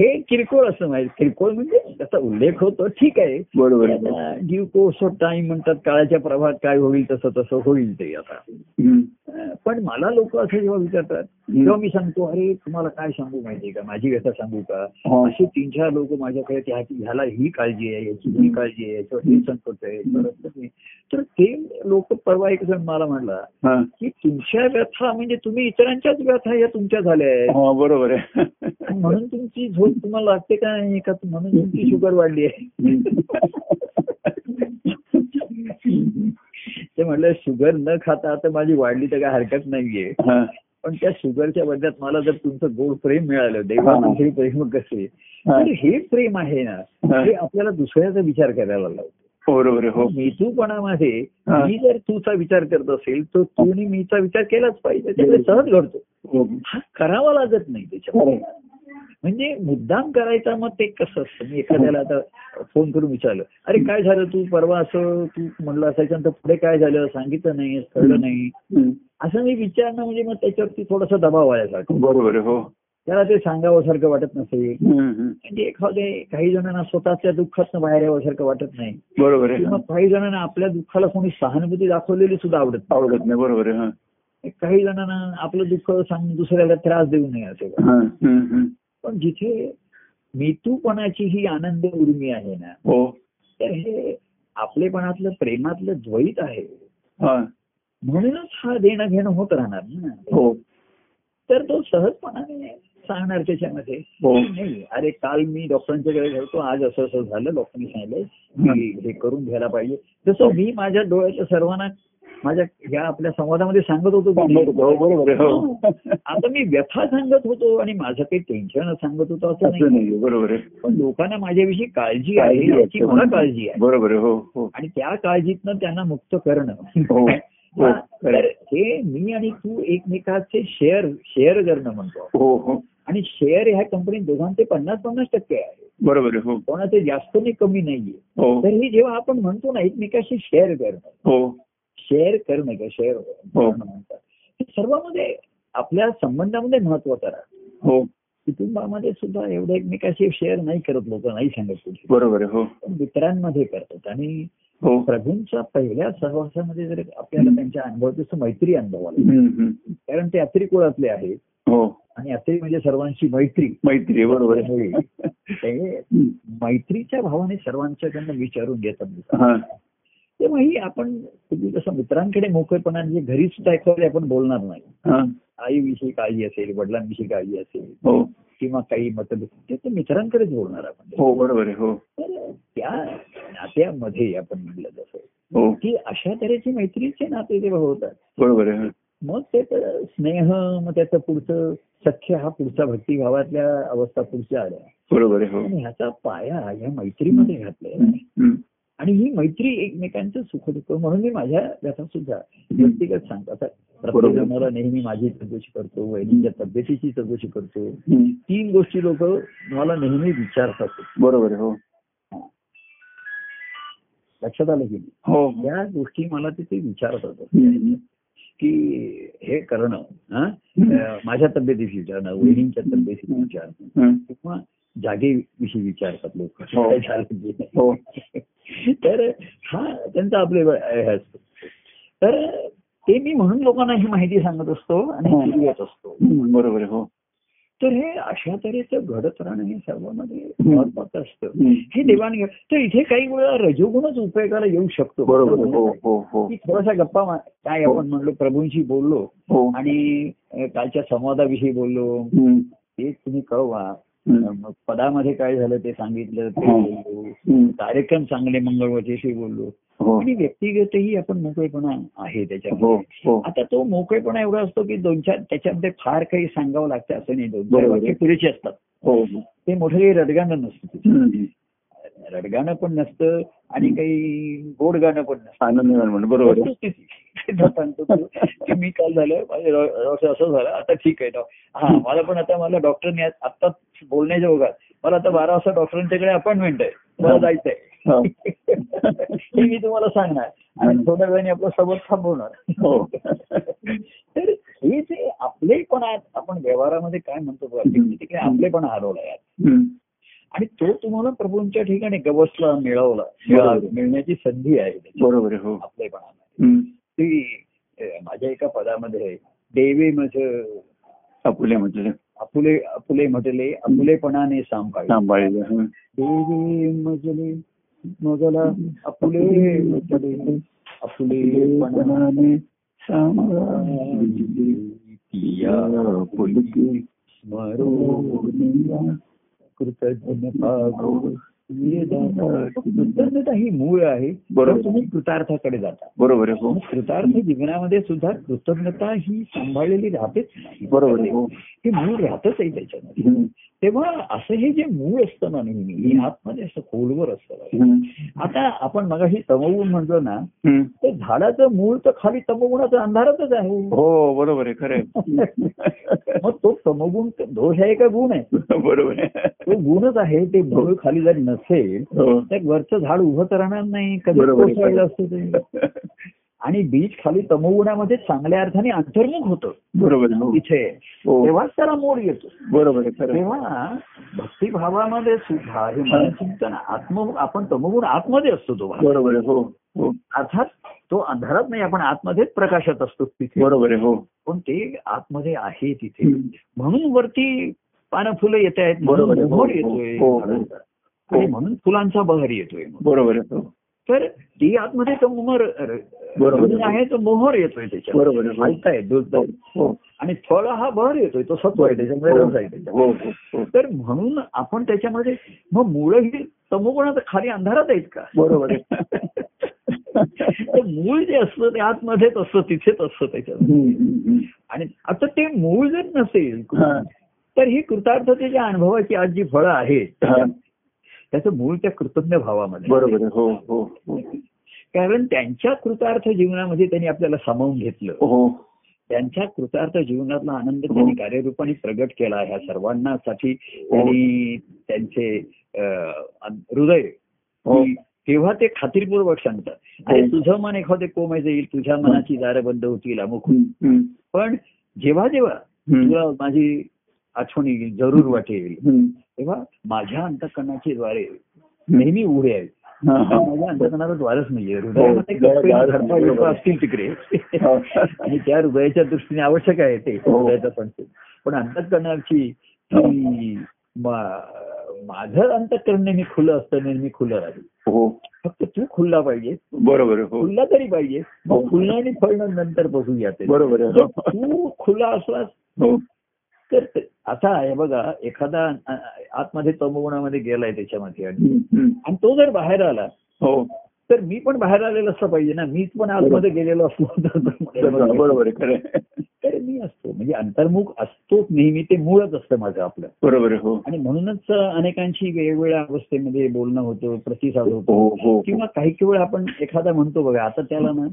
Speaker 2: हे किरकोळ असं माहिती किरकोळ म्हणजे त्याचा उल्लेख होतो ठीक आहे
Speaker 1: बरोबर आहे. हो.
Speaker 2: ड्यू कोर्स ऑफ टाइम म्हणतात काळाच्या प्रभात काय होईल तसं तसं होईल ते आता
Speaker 1: हम्म.
Speaker 2: अं, पण मला लोक असं जेव्हा विचारतात तेव्हा मी सांगतो अरे तुम्हाला काय सांगू माहितीये का माझी व्यथा सांगू का
Speaker 1: हा.
Speaker 2: असे तीन चार लोक माझ्याकडे त्या ह्याला ही काळजी आहे याची ही काळजी आहे याच्यावर हे संकट आहे याच्यावर असं हे. तर ते लोक परवा एक जण मला म्हणला
Speaker 1: हा.
Speaker 2: की तुमच्या व्यथा म्हणजे तुम्ही इतरांच्याच व्यथा या तुमच्या झाल्या आहेत
Speaker 1: हा हो, बरोबर आहे
Speaker 2: आणि म्हणून तुमची झोप तुम्हाला लागते का नाही का म्हणून तुमची शुगर वाढली आहे ते म्हटलं शुगर न खाता आता माझी वाढली तर काय हरकत नाहीये
Speaker 1: हा.
Speaker 2: पण त्या शुगरच्या बदल्यात मला जर तुमचं गोड प्रेम मिळालं देवाचं हे प्रेम कसे
Speaker 1: हा.
Speaker 2: तर म्हणजे हे प्रेम आहे ना
Speaker 1: हा.
Speaker 2: हे आपल्याला दुसऱ्याचा विचार करायला लावतो
Speaker 1: बरोबर आहे, हो
Speaker 2: हेतूपणामध्ये
Speaker 1: हा.
Speaker 2: मी जर तूचा विचार करत असेल तर तू आणि मीचा विचार केलाच पाहिजे त्यामुळे सहज घडतो
Speaker 1: हो
Speaker 2: हा करावा लागत नाही
Speaker 1: खरं
Speaker 2: त्याच्यामध्ये
Speaker 1: आहे.
Speaker 2: म्हणजे मुद्दाम करायचा मग ते कसं असतं मी एखाद्याला आता फोन करून विचारलं अरे काय झालं तू परवा असं तू म्हणलं असायचं नंतर पुढे काय झालं सांगितलं नाही कळलं नाही
Speaker 1: हम्म.
Speaker 2: असं मी विचारणं म्हणजे मग त्याच्यावरती थोडासा दबाव आल्यासारखा
Speaker 1: बरोबर आहे, हो
Speaker 2: त्याला ते सांगावंसारखं वाटत नसेल
Speaker 1: हम्म, हम्म.
Speaker 2: म्हणजे एखादे काही जणांना स्वतःच्या दुःखातनं बाहेर यावंसारखं वाटत नाही
Speaker 1: बरोबर आहे
Speaker 2: किंवा काही जणांना आपल्या दुःखाला कोणी सहानुभूती दाखवलेली सुद्धा आवडत
Speaker 1: आवडत नाही बरोबर आहे हा.
Speaker 2: नाही काही जणांना आपलं दुःख सांगून दुसऱ्याला त्रास देऊ नये असे
Speaker 1: हा. हम्म, हम्म.
Speaker 2: पण जिथे मितूपणाची ही आनंद उर्मी आहे ना
Speaker 1: हो
Speaker 2: तर हे आपलेपणातलं प्रेमातलं द्वैत आहे
Speaker 1: हा.
Speaker 2: म्हणूनच हा देणं घेणं होत राहणार ना
Speaker 1: हो
Speaker 2: तर तो सहजपणाने सांगणार त्याच्यामध्ये
Speaker 1: हो.
Speaker 2: नाही अरे काल मी डॉक्टरांच्याकडे घालतो आज असं असं झालं डॉक्टरने सांगितलं की हे करून घ्यायला पाहिजे जसं मी माझ्या डोळ्याच्या सर्वांना माझ्या या आपल्या संवादामध्ये सांगत होतो की
Speaker 1: सांगत होतो, हो, बरोबर आहे हो
Speaker 2: आता मी व्यथा सांगत होतो आणि माझं काही टेन्शन सांगत होतो असं
Speaker 1: असं
Speaker 2: नाही
Speaker 1: नाही बरोबर आहे
Speaker 2: पण लोकांना माझ्याविषयी काळजी आहे
Speaker 1: काळजी
Speaker 2: याची
Speaker 1: वाटते.
Speaker 2: मला काळजी आहे
Speaker 1: बरोबर आहे हो हो
Speaker 2: आणि त्या काळजीतनं त्यांना मुक्त करणं
Speaker 1: हो हो
Speaker 2: हा, तर हे मी आणि तू एकमेकाचे शेअर शेअर करणं म्हणतो आपण.
Speaker 1: हो हो
Speaker 2: आणि शेअर ह्या कंपनीत दोघांचे पन्नास पन्नास टक्के आहे
Speaker 1: बरोबर आहे हो
Speaker 2: कोणाचे जास्त नाही कमी नाहीये
Speaker 1: हो
Speaker 2: तर हे जेव्हा आपण म्हणतो ना एकमेकाशी शेअर करणं
Speaker 1: हो
Speaker 2: शेअर करणं का शेअर करणं म्हणतात हे सर्वांमध्ये आपल्या संबंधामध्ये महत्वाचं राहतं
Speaker 1: हो
Speaker 2: कुटुंबामध्ये सुद्धा एवढं एकमेकाशी शेअर नाही करत लोक नाही सांगत कुठे
Speaker 1: बरोबर आहे हो
Speaker 2: पण मित्रांमध्ये करतात आणि
Speaker 1: हो
Speaker 2: प्रभूंच्या पहिल्या सहवासामध्ये जर आपल्याला त्यांच्या अनुभवाचं मैत्री अनुभवाला
Speaker 1: हम्म, हम्म.
Speaker 2: कारण ते अत्री कुळातले आहेत
Speaker 1: हो
Speaker 2: आणि अत्री म्हणजे सर्वांशी मैत्री
Speaker 1: मैत्री आहे, बरोबर आहे
Speaker 2: ते
Speaker 1: हम्म.
Speaker 2: मैत्रीच्या भावाने सर्वांच्याकडनं विचारून घेतात
Speaker 1: हा
Speaker 2: तेव्हा ही आपण तुम्ही जसं मित्रांकडे मोकळेपणा म्हणजे घरी सुद्धा ऍक्च्युअली आपण बोलणार नाही
Speaker 1: हा
Speaker 2: आईविषयी काळजी असेल वडिलांविषयी काळजी असेल
Speaker 1: हो
Speaker 2: किंवा काही मतभेद ते तर मित्रांकडेच बोलणार आपण
Speaker 1: हो बरोबर आहे हो
Speaker 2: तर त्या नात्यामध्ये आपण म्हटलं जसं
Speaker 1: हो
Speaker 2: की अशा तऱ्हेची मैत्रीचे नाते जेव्हा होतात
Speaker 1: बरोबर आहे
Speaker 2: मग ते तर स्नेह मग त्याचं पुढचं सख्य हा पुढचा भक्तिभावातल्या अवस्था पुढच्या आल्या
Speaker 1: बरोबर आहे हो
Speaker 2: आणि ह्याचा पाया या मैत्रीमध्ये घातलेला आहे
Speaker 1: हम्म.
Speaker 2: आणि ही मैत्री एकमेकांचं सुख दुःख म्हणून मी माझ्या व्यथा सुद्धा व्यक्तिगत सांगतो आता प्रत्येक
Speaker 1: बरोबर.
Speaker 2: जणाला नेहमी माझी चौकशी करतो वहिनीच्या तब्येतीची चौकशी करतो
Speaker 1: हम्म.
Speaker 2: तीन गोष्टी लोक मला नेहमी विचारतात
Speaker 1: बरोबर आहे हो
Speaker 2: लक्षात आलं की नाही?
Speaker 1: हो हो.
Speaker 2: या गोष्टी मला ते ते विचारतात
Speaker 1: हम्म.
Speaker 2: की हे करणं हा? अं, माझ्या तब्येतीशी विचारणं वहिनींच्या तब्येतीशी विचारणं
Speaker 1: हम्म.
Speaker 2: किंवा जागेविषयी विचारतात लोक
Speaker 1: हो.
Speaker 2: काय झालं की
Speaker 1: हो
Speaker 2: तर हा त्यांचा आपले हे असतो तर ते मी म्हणून लोकांना ही माहिती सांगत असतो आणि
Speaker 1: हो.
Speaker 2: फिरवत असतो
Speaker 1: हम्म. बरोबर आहे हो
Speaker 2: तर हे अशा तऱ्हेचं घडत राहणं हे सर्वांमध्ये
Speaker 1: हम्म.
Speaker 2: महत्वाचं असतं हे देवाणघेवाण तर इथे काही वेळा रजोगुणच उपयोगाला येऊ शकतो
Speaker 1: बरोबर आहे. हो हो हो
Speaker 2: की थोडासा गप्पा मा- काय
Speaker 1: हो.
Speaker 2: आपण म्हणलो प्रभूंशी बोललो
Speaker 1: हो
Speaker 2: आणि अ, कालच्या संवादाविषयी बोललो
Speaker 1: हम्म.
Speaker 2: ते तुम्ही कळवा
Speaker 1: हम्म.
Speaker 2: मग पदामध्ये काय झालं ते सांगितलं ते
Speaker 1: हो.
Speaker 2: बोललो
Speaker 1: हम्म.
Speaker 2: कार्यक्रम चांगले मंगळवारच्याशी बोललो
Speaker 1: हो
Speaker 2: आणि व्यक्तिगतही आपण मोकळेपणा आहे
Speaker 1: हो
Speaker 2: त्याच्यामध्ये
Speaker 1: हो
Speaker 2: आता तो मोकळेपणा एवढा असतो की दोन चार त्याच्यामध्ये फार काही सांगावं लागतं असं नाही दोन चार
Speaker 1: बरोबर.
Speaker 2: वाक्य पुरेचे असतात
Speaker 1: हो हो.
Speaker 2: ते मोठं काही रडगाणं नसतं तिथे.
Speaker 1: हम्म.
Speaker 2: रडगाणं पण नसतं आणि काही गोड गाणं पण नसतं
Speaker 1: आनंद निर्माण बरोबर आहे
Speaker 2: वस्तुस्थिती. एकदा सांगतो तुला की मी काल झालं माझ्या डॉ- डॉक्टर असं झालं आता ठीक आहे डॉ- हा मला पण आता मला डॉक्टरने आत्ताच बोलण्याच्या ओघात मला आता बारा वाजता डॉक्टरांच्याकडे अपॉइंटमेंट आहे मला
Speaker 1: हा.
Speaker 2: जायचंय
Speaker 1: हा.
Speaker 2: हे मी तुम्हाला सांगणार आणि थोड्या वेळाने आपलं सोबत
Speaker 1: हो
Speaker 2: थांबवणार तर हे जे आपलेपणा आपण व्यवहारामध्ये काय म्हणतो बघा,
Speaker 1: हम्म.
Speaker 2: तिकडे आपलेपणा हरवला यात
Speaker 1: हम्म.
Speaker 2: आणि तो तुम्हाला प्रभूंच्या ठिकाणी गवसला मिळवला
Speaker 1: बरोबर.
Speaker 2: मिळण्याची संधी आहे त्याची
Speaker 1: बरोबर आहे हो
Speaker 2: आपलेपणामध्ये
Speaker 1: हम्म.
Speaker 2: ती अ, माझ्या एका पदामध्ये आहे. देवे मज
Speaker 1: अपुल्या म्हटलं
Speaker 2: आपुले आपुले म्हटले आपुलेपणाने साम पाहिजे
Speaker 1: सांभाळलं हं.
Speaker 2: देवे मजले मजला आपुले म्हटले आपुलेपणा
Speaker 1: पणाने सांभाळली या पुलकी
Speaker 2: स्मरो कृतज्ञ भाव कृतज्ञता ही मूळ आहे
Speaker 1: बरोबर.
Speaker 2: तर तुम्ही कृतार्थाकडे जाता
Speaker 1: बरोबर आहे हो
Speaker 2: मग कृतार्थ जीवनामध्ये सुद्धा कृतज्ञता ही सांभाळलेली राहतेच नाही
Speaker 1: बरोबर आहे हो
Speaker 2: हे मूळ राहतच आहे त्याच्यामध्ये
Speaker 1: हं.
Speaker 2: तेव्हा असं हे जे मूळ असतं ना नेहमी हे आतमध्ये असं खोलवर असतं बघा.
Speaker 1: हं.
Speaker 2: आता आपण मगाशी तमगुण म्हणतो ना
Speaker 1: हं.
Speaker 2: तर झाडाचं मूळ तर खाली तमगुणाचा अंधारातच आहे
Speaker 1: हो बरोबर आहे खरं आहे
Speaker 2: मग तो तमगुण दोष आहे का गुण आहे
Speaker 1: बरोबर आहे
Speaker 2: तो गुणच आहे ते मूळ खाली जर नसेल
Speaker 1: हो
Speaker 2: तर वरचं झाड उभं तर राहणार नाही कधी
Speaker 1: बरोबर आहे.
Speaker 2: कोसळलं असतं ते आणि बीज खाली तमोगुणामध्ये चांगल्या अर्थाने अंतर्मुख होतं
Speaker 1: बरोबर आहे हो
Speaker 2: इथे
Speaker 1: हो
Speaker 2: तेव्हाच त्याला मोड येतो
Speaker 1: बरोबर आहे खरं आहे.
Speaker 2: तेव्हा भक्तिभावामध्ये सुद्धा हे मनचिंतन आत्म आपण तमोगुण आतमध्ये असतो तो भाव.
Speaker 1: बरोबर आहे हो हो
Speaker 2: अर्थात तो अंधारात नाही आपण आतमध्येच प्रकाशात असतो तिथे
Speaker 1: बरोबर आहे हो
Speaker 2: पण ते आतमध्ये आहे तिथे
Speaker 1: हं.
Speaker 2: म्हणून वरती पानं फुलं येत आहेत
Speaker 1: बरोबर
Speaker 2: म्हणून
Speaker 1: आहे.
Speaker 2: मोहर
Speaker 1: हो,
Speaker 2: येतोय
Speaker 1: हो, हो.
Speaker 2: झाडांचा. आणि म्हणून फुलांचा बहर येतोय म्हणून.
Speaker 1: बरोबर आहे हो
Speaker 2: तर ती आतमध्ये तो मोहर
Speaker 1: बरोबर.
Speaker 2: रंग आहे तो मोहर येतोय त्याच्यात
Speaker 1: बरोबर आहे हो.
Speaker 2: ऐकताय दूध
Speaker 1: हो हो
Speaker 2: आणि फळ हा बहर येतोय तो सत्व आहे त्याच्यामध्ये रस आहे त्याच्यात
Speaker 1: हो हो हो
Speaker 2: तर म्हणून आपण त्याच्यामध्ये मग मूळ ही तमोगुणात खाली अंधारात आहेत का
Speaker 1: बरोबर आहे
Speaker 2: तर मूळ जे असतं ते आतमध्येच असतं तिथेच असतं त्याच्यात
Speaker 1: हम्म, हम्म,
Speaker 2: आणि आता ते मूळ जर नसेल
Speaker 1: हम्म. हा,
Speaker 2: तर ही कृतार्थतेच्या अनुभवाची आज जी फळं आहेत
Speaker 1: हा.
Speaker 2: त्याचं मूळ त्या कृतज्ञ भावामध्ये
Speaker 1: बरोबर आहे हो हो हो
Speaker 2: कारण त्यांच्या कृतार्थ जीवनामध्ये त्यांनी आपल्याला सामावून घेतलं
Speaker 1: हो
Speaker 2: त्यांच्या कृतार्थ जीवनातला आनंद त्यांनी कार्यरूपाने प्रगट केला ह्या सर्वांनासाठी त्यांनी त्यांचे अं, हृदय
Speaker 1: हो.
Speaker 2: की तेव्हा ते खात्रीपूर्वक सांगतात अरे तुझं मन एखादे कोमायचं येईल तुझ्या
Speaker 1: हो.
Speaker 2: मनाची दारबंद होतील अमुक होईल.
Speaker 1: Mm, हम्म, हम्म, mm,
Speaker 2: पण जेव्हा जेव्हा
Speaker 1: हम्म.
Speaker 2: तुला माझी आठवणी येईल जरूर वाटेल
Speaker 1: हम्म.
Speaker 2: तेव्हा माझ्या अंतकरणाचे द्वारे
Speaker 1: हम्म.
Speaker 2: नेहमी उघडे आहेत
Speaker 1: हा, हा.
Speaker 2: माझ्या अंतकरणाला द्वारच नाहीये हृदयामध्ये
Speaker 1: द्वार-
Speaker 2: गप्पे
Speaker 1: द्वार-
Speaker 2: धर्म लोक असतील तिकडे
Speaker 1: हो.
Speaker 2: आणि त्या हृदयाच्या दृष्टीने आवश्यक आहे ते
Speaker 1: हो.
Speaker 2: हृदयाचा संशय पण अंतकरणाची की
Speaker 1: हो.
Speaker 2: मा- माझं अंतकरण नेहमी खुलं असतं नेहमी खुलं राहील
Speaker 1: हो
Speaker 2: फक्त तू खुल्ला पाहिजे
Speaker 1: बरोबर आहे, हो
Speaker 2: खुल्ला तरी पाहिजे
Speaker 1: हो.
Speaker 2: मग खुलणं आणि फळणं नंतर बसूया ते
Speaker 1: बरोबर आहे,
Speaker 2: जर
Speaker 1: हो.
Speaker 2: तू खुला असलास
Speaker 1: हो
Speaker 2: तर ते- आता आहे बघा एखादा अ- आतमध्ये तमगुणामध्ये गेलाय त्याच्यामध्ये आणि
Speaker 1: हम्म, हम्म.
Speaker 2: आणि तो जर बाहेर आला
Speaker 1: हो
Speaker 2: तर मी पण बाहेर आलेलो असलं पाहिजे ना मीच पण आतमध्ये गेलेलो असलो तर
Speaker 1: बरोबर
Speaker 2: तर-
Speaker 1: बरोबर आहे, खरं आहे.
Speaker 2: तर मी असतो म्हणजे अंतर्मुख असतोच नेहमी ते मूळच असतं माझं आपलं
Speaker 1: बरोबर आहे, हो
Speaker 2: आणि म्हणूनच अनेकांशी वेगवेगळ्या अवस्थेमध्ये बोलणं होतं प्रतिसाद
Speaker 1: हो
Speaker 2: होतो
Speaker 1: हो
Speaker 2: किंवा काही काही वेळा आपण एखादा म्हणतो बघा आता त्याला ना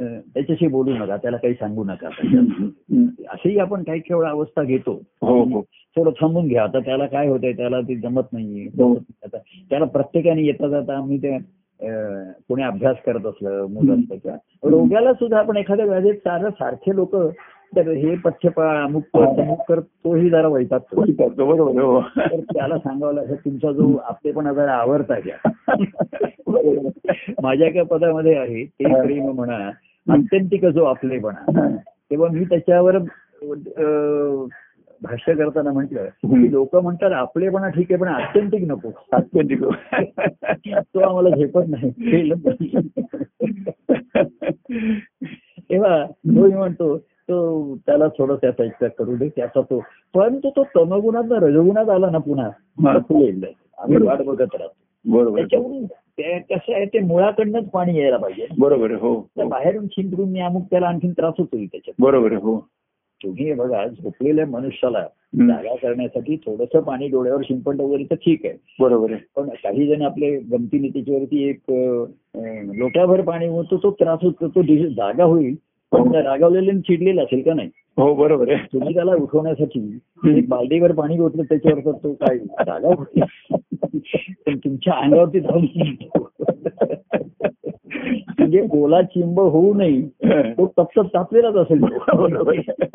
Speaker 2: अं, त्याच्याशी बोलू नका त्याला काही सांगू नका
Speaker 1: हम्म, हम्म.
Speaker 2: अशीही आपण काही काही वेळा अवस्था घेतो
Speaker 1: हो हो
Speaker 2: थोडं थांबून घ्या आता त्याला काय होतंय त्याला ते जमत नाहीये
Speaker 1: हो.
Speaker 2: आता त्याला प्रत्येकाने येता जाता आम्ही ते अं, कोणी अभ्यास करत असलं मुलं असलं किंवा रोग्याला सुद्धा आपण एखाद्या वेळेस सारं सारखे लोक तर हे पथ्य पा- अमुक कर तमुक कर तोही जरा वैतागतो
Speaker 1: कोणी करतो, बरोबर आहे, हो
Speaker 2: तर त्याला सांगावं लागेल तुमचा जो आपलेपणा जरा आवरता घ्या
Speaker 1: बरोबर आहे.
Speaker 2: माझ्या एका पदामध्ये आहे ते प्रेम म्हणा आत्यंतिक जो आपलेपणा तेव्हा मी त्याच्यावर अं, भाष्य करताना म्हटलं की लोक म्हणतात आपलेपणा ठीक आहे पण आत्यंतिक नको
Speaker 1: आत्यंतिक.
Speaker 2: तो आम्हाला झेपत नाही तेव्हा तो मी म्हणतो तो त्याला थोडं त्याचा इच्छा करू दे त्याचा तो परंतु तो तमगुणात रजगुणात आला ना पुन्हा
Speaker 1: हा.
Speaker 2: तर फुलेल आम्ही वाट बघत राहतो
Speaker 1: बरोबर आहे.
Speaker 2: त्याच्यावरून ते- कसं आहे ते मुळाकडनंच पाणी यायला पाहिजे
Speaker 1: बरोबर आहे, हो
Speaker 2: तर
Speaker 1: हो.
Speaker 2: बाहेरून छिंकरून मी अमुक त्याला आणखीन त्रास होतोय त्याच्यात
Speaker 1: बरोबर आहे, हो
Speaker 2: तुम्ही बघा झोपलेल्या मनुष्याला
Speaker 1: हम्म.
Speaker 2: जागा करण्यासाठी थोडंसं पाणी डोळ्यावर शिंपण वगैरे तर ठीक आहे
Speaker 1: बरोबर आहे
Speaker 2: पण काही जण आपले गमती नीतीच्यावरती एक अं, लोटाभर पाणी होतो तो त्रास होतो तो डिश- जागा होईल पण त्या रागावलेले चिडलेला असेल का नाही
Speaker 1: हो बरोबर आहे
Speaker 2: तुम्ही त्याला उठवण्यासाठी एक बालदीवर पाणी ओतलं त्याच्यावर तर तो काय जागा होती पण तुमच्या अंगावरती जाऊन म्हणजे बोला चिंब होऊ नये तो तपसप तापलेलाच असेल
Speaker 1: बरोबर
Speaker 2: तो.
Speaker 1: आहे.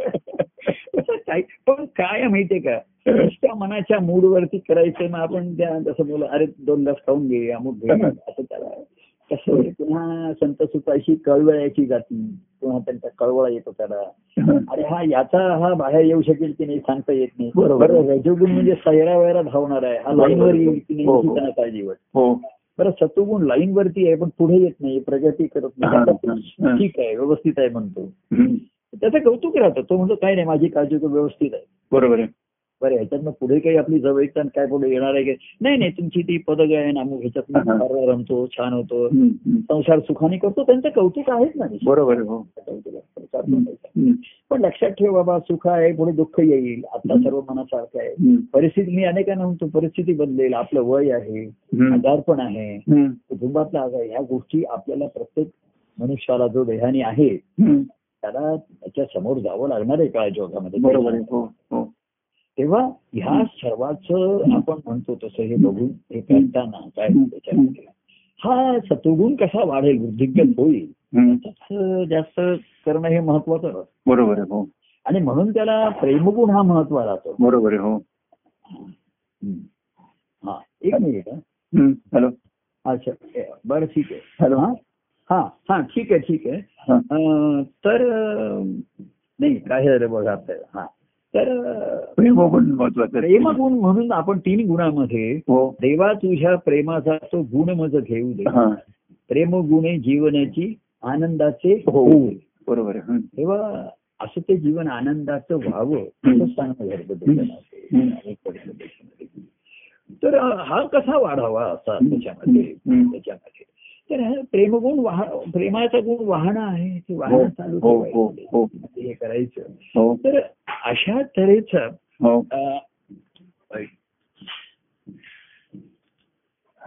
Speaker 2: असं काय पण काय आहे माहितीये का नुसत्या मनाच्या मूड वरती करायचं मग आपण त्या जसं बोला अरे दोन घास खाऊन घे अमुक घे असं त्याला कसं आहे, पुन्हा संत सुताशी कळवळ्याची जाती पुन्हा त्यांचा कळवळा येतो त्याला अरे हा याचा हा बाहेर येऊ शकेल की नाही सांगता येत नाही
Speaker 1: बरोबर.
Speaker 2: बरं, रजोगुण म्हणजे सैरा वैरा धावणार आहे हा
Speaker 1: बरोबर.
Speaker 2: लाईनवर येईल की नाही
Speaker 1: हो, हो.
Speaker 2: याची त्यांना काळजी वाटते
Speaker 1: हो
Speaker 2: बरं सत्वगुण लाईन वरती आहे पण पुढे येत नाही प्रगती करत
Speaker 1: हा,
Speaker 2: नाही
Speaker 1: हा, हा.
Speaker 2: त्याला ठीक आहे व्यवस्थित आहे म्हणतो
Speaker 1: हम्म.
Speaker 2: त्याचं कौतुक राहतं तो म्हणतो काय नाही माझी काळजी तो व्यवस्थित आहे
Speaker 1: बरोबर आहे
Speaker 2: बरं ह्याच्यातनं पुढे काही आपली जवळीकता आणि काय पुढे येणार आहे की नाही नाही तुमची ती पदक आहे ना मग ह्याच्यात
Speaker 1: हा.
Speaker 2: रमतो छान होतो
Speaker 1: हम्म, हम्म.
Speaker 2: संसार सुखाने करतो त्यांचं कौतुक आहेच ना
Speaker 1: बरोबर आहे हो
Speaker 2: कौतुक आहे, विचार
Speaker 1: हम्म,
Speaker 2: करायचा.
Speaker 1: हम्म,
Speaker 2: पण लक्षात ठेव बाबा सुख आहे पुढे दुःख येईल आता सर्व मनासारखं आहे
Speaker 1: हम्म.
Speaker 2: परिस्थिती मी अनेकांना म्हणतो परिस्थिती बदलेल आपलं वय आहे
Speaker 1: हम्म,
Speaker 2: आजारपण आहे
Speaker 1: हम्म,
Speaker 2: कुटुंबातला आजार ह्या गोष्टी आपल्याला प्रत्येक मनुष्याला जो देहाने आहे
Speaker 1: हम्म.
Speaker 2: त्याला त्याच्या समोर जावं लागणार आहे काळ
Speaker 1: बरोबर
Speaker 2: जगामध्ये
Speaker 1: आहे हो हो
Speaker 2: तेव्हा ह्या सर्वाचं आपण म्हणतो तसं हे बघून हे करताना काय त्याच्यामध्ये हा सतुगुण कसा वाढेल वृद्धिंगत होईल
Speaker 1: हम्म.
Speaker 2: त्याच जास्त करणं हे महत्वाचं असतं.
Speaker 1: बरोबर आहे हो
Speaker 2: आणि म्हणून त्याला प्रेमगुण हा महत्वाचा राहतो
Speaker 1: बरोबर आहे हो
Speaker 2: हा एक मिनिट हं.
Speaker 1: हम्म. हॅलो
Speaker 2: अच्छा ए, बरं ठीक आहे
Speaker 1: हॅलो
Speaker 2: हा हा हा ठीक आहे ठीक आहे
Speaker 1: हा.
Speaker 2: अं, तर अं, नाही काय झालं बघा आता हा तर अं,
Speaker 1: प्रेम पण महत्वाचं आहे.
Speaker 2: प्रेमगुण म्हणून आपण तीन गुणामध्ये
Speaker 1: हो
Speaker 2: देवा तुझ्या प्रेमाचा तो गुण मज घेऊ दे
Speaker 1: हा
Speaker 2: प्रेम गुणे जीवनाची आनंदाचे
Speaker 1: हो.
Speaker 2: होऊ दे.
Speaker 1: बरोबर आहे हो. हम्म.
Speaker 2: तेव्हा असं ते जीवन आनंदाचं व्हावं असं सांगणं
Speaker 1: हम्म.
Speaker 2: घरबद्दल तर हा कसा वाढावा असा त्याच्यामध्ये
Speaker 1: हम्म.
Speaker 2: त्याच्यामध्ये तर हा प्रेमगुण वाह प्रेमाचा गुण वाहन आहे ते वाहन चालू
Speaker 1: हो हो
Speaker 2: ठेवायचं.
Speaker 1: हो
Speaker 2: हे करायचं
Speaker 1: हो
Speaker 2: तर अशा तऱ्हेचा
Speaker 1: हो
Speaker 2: अं,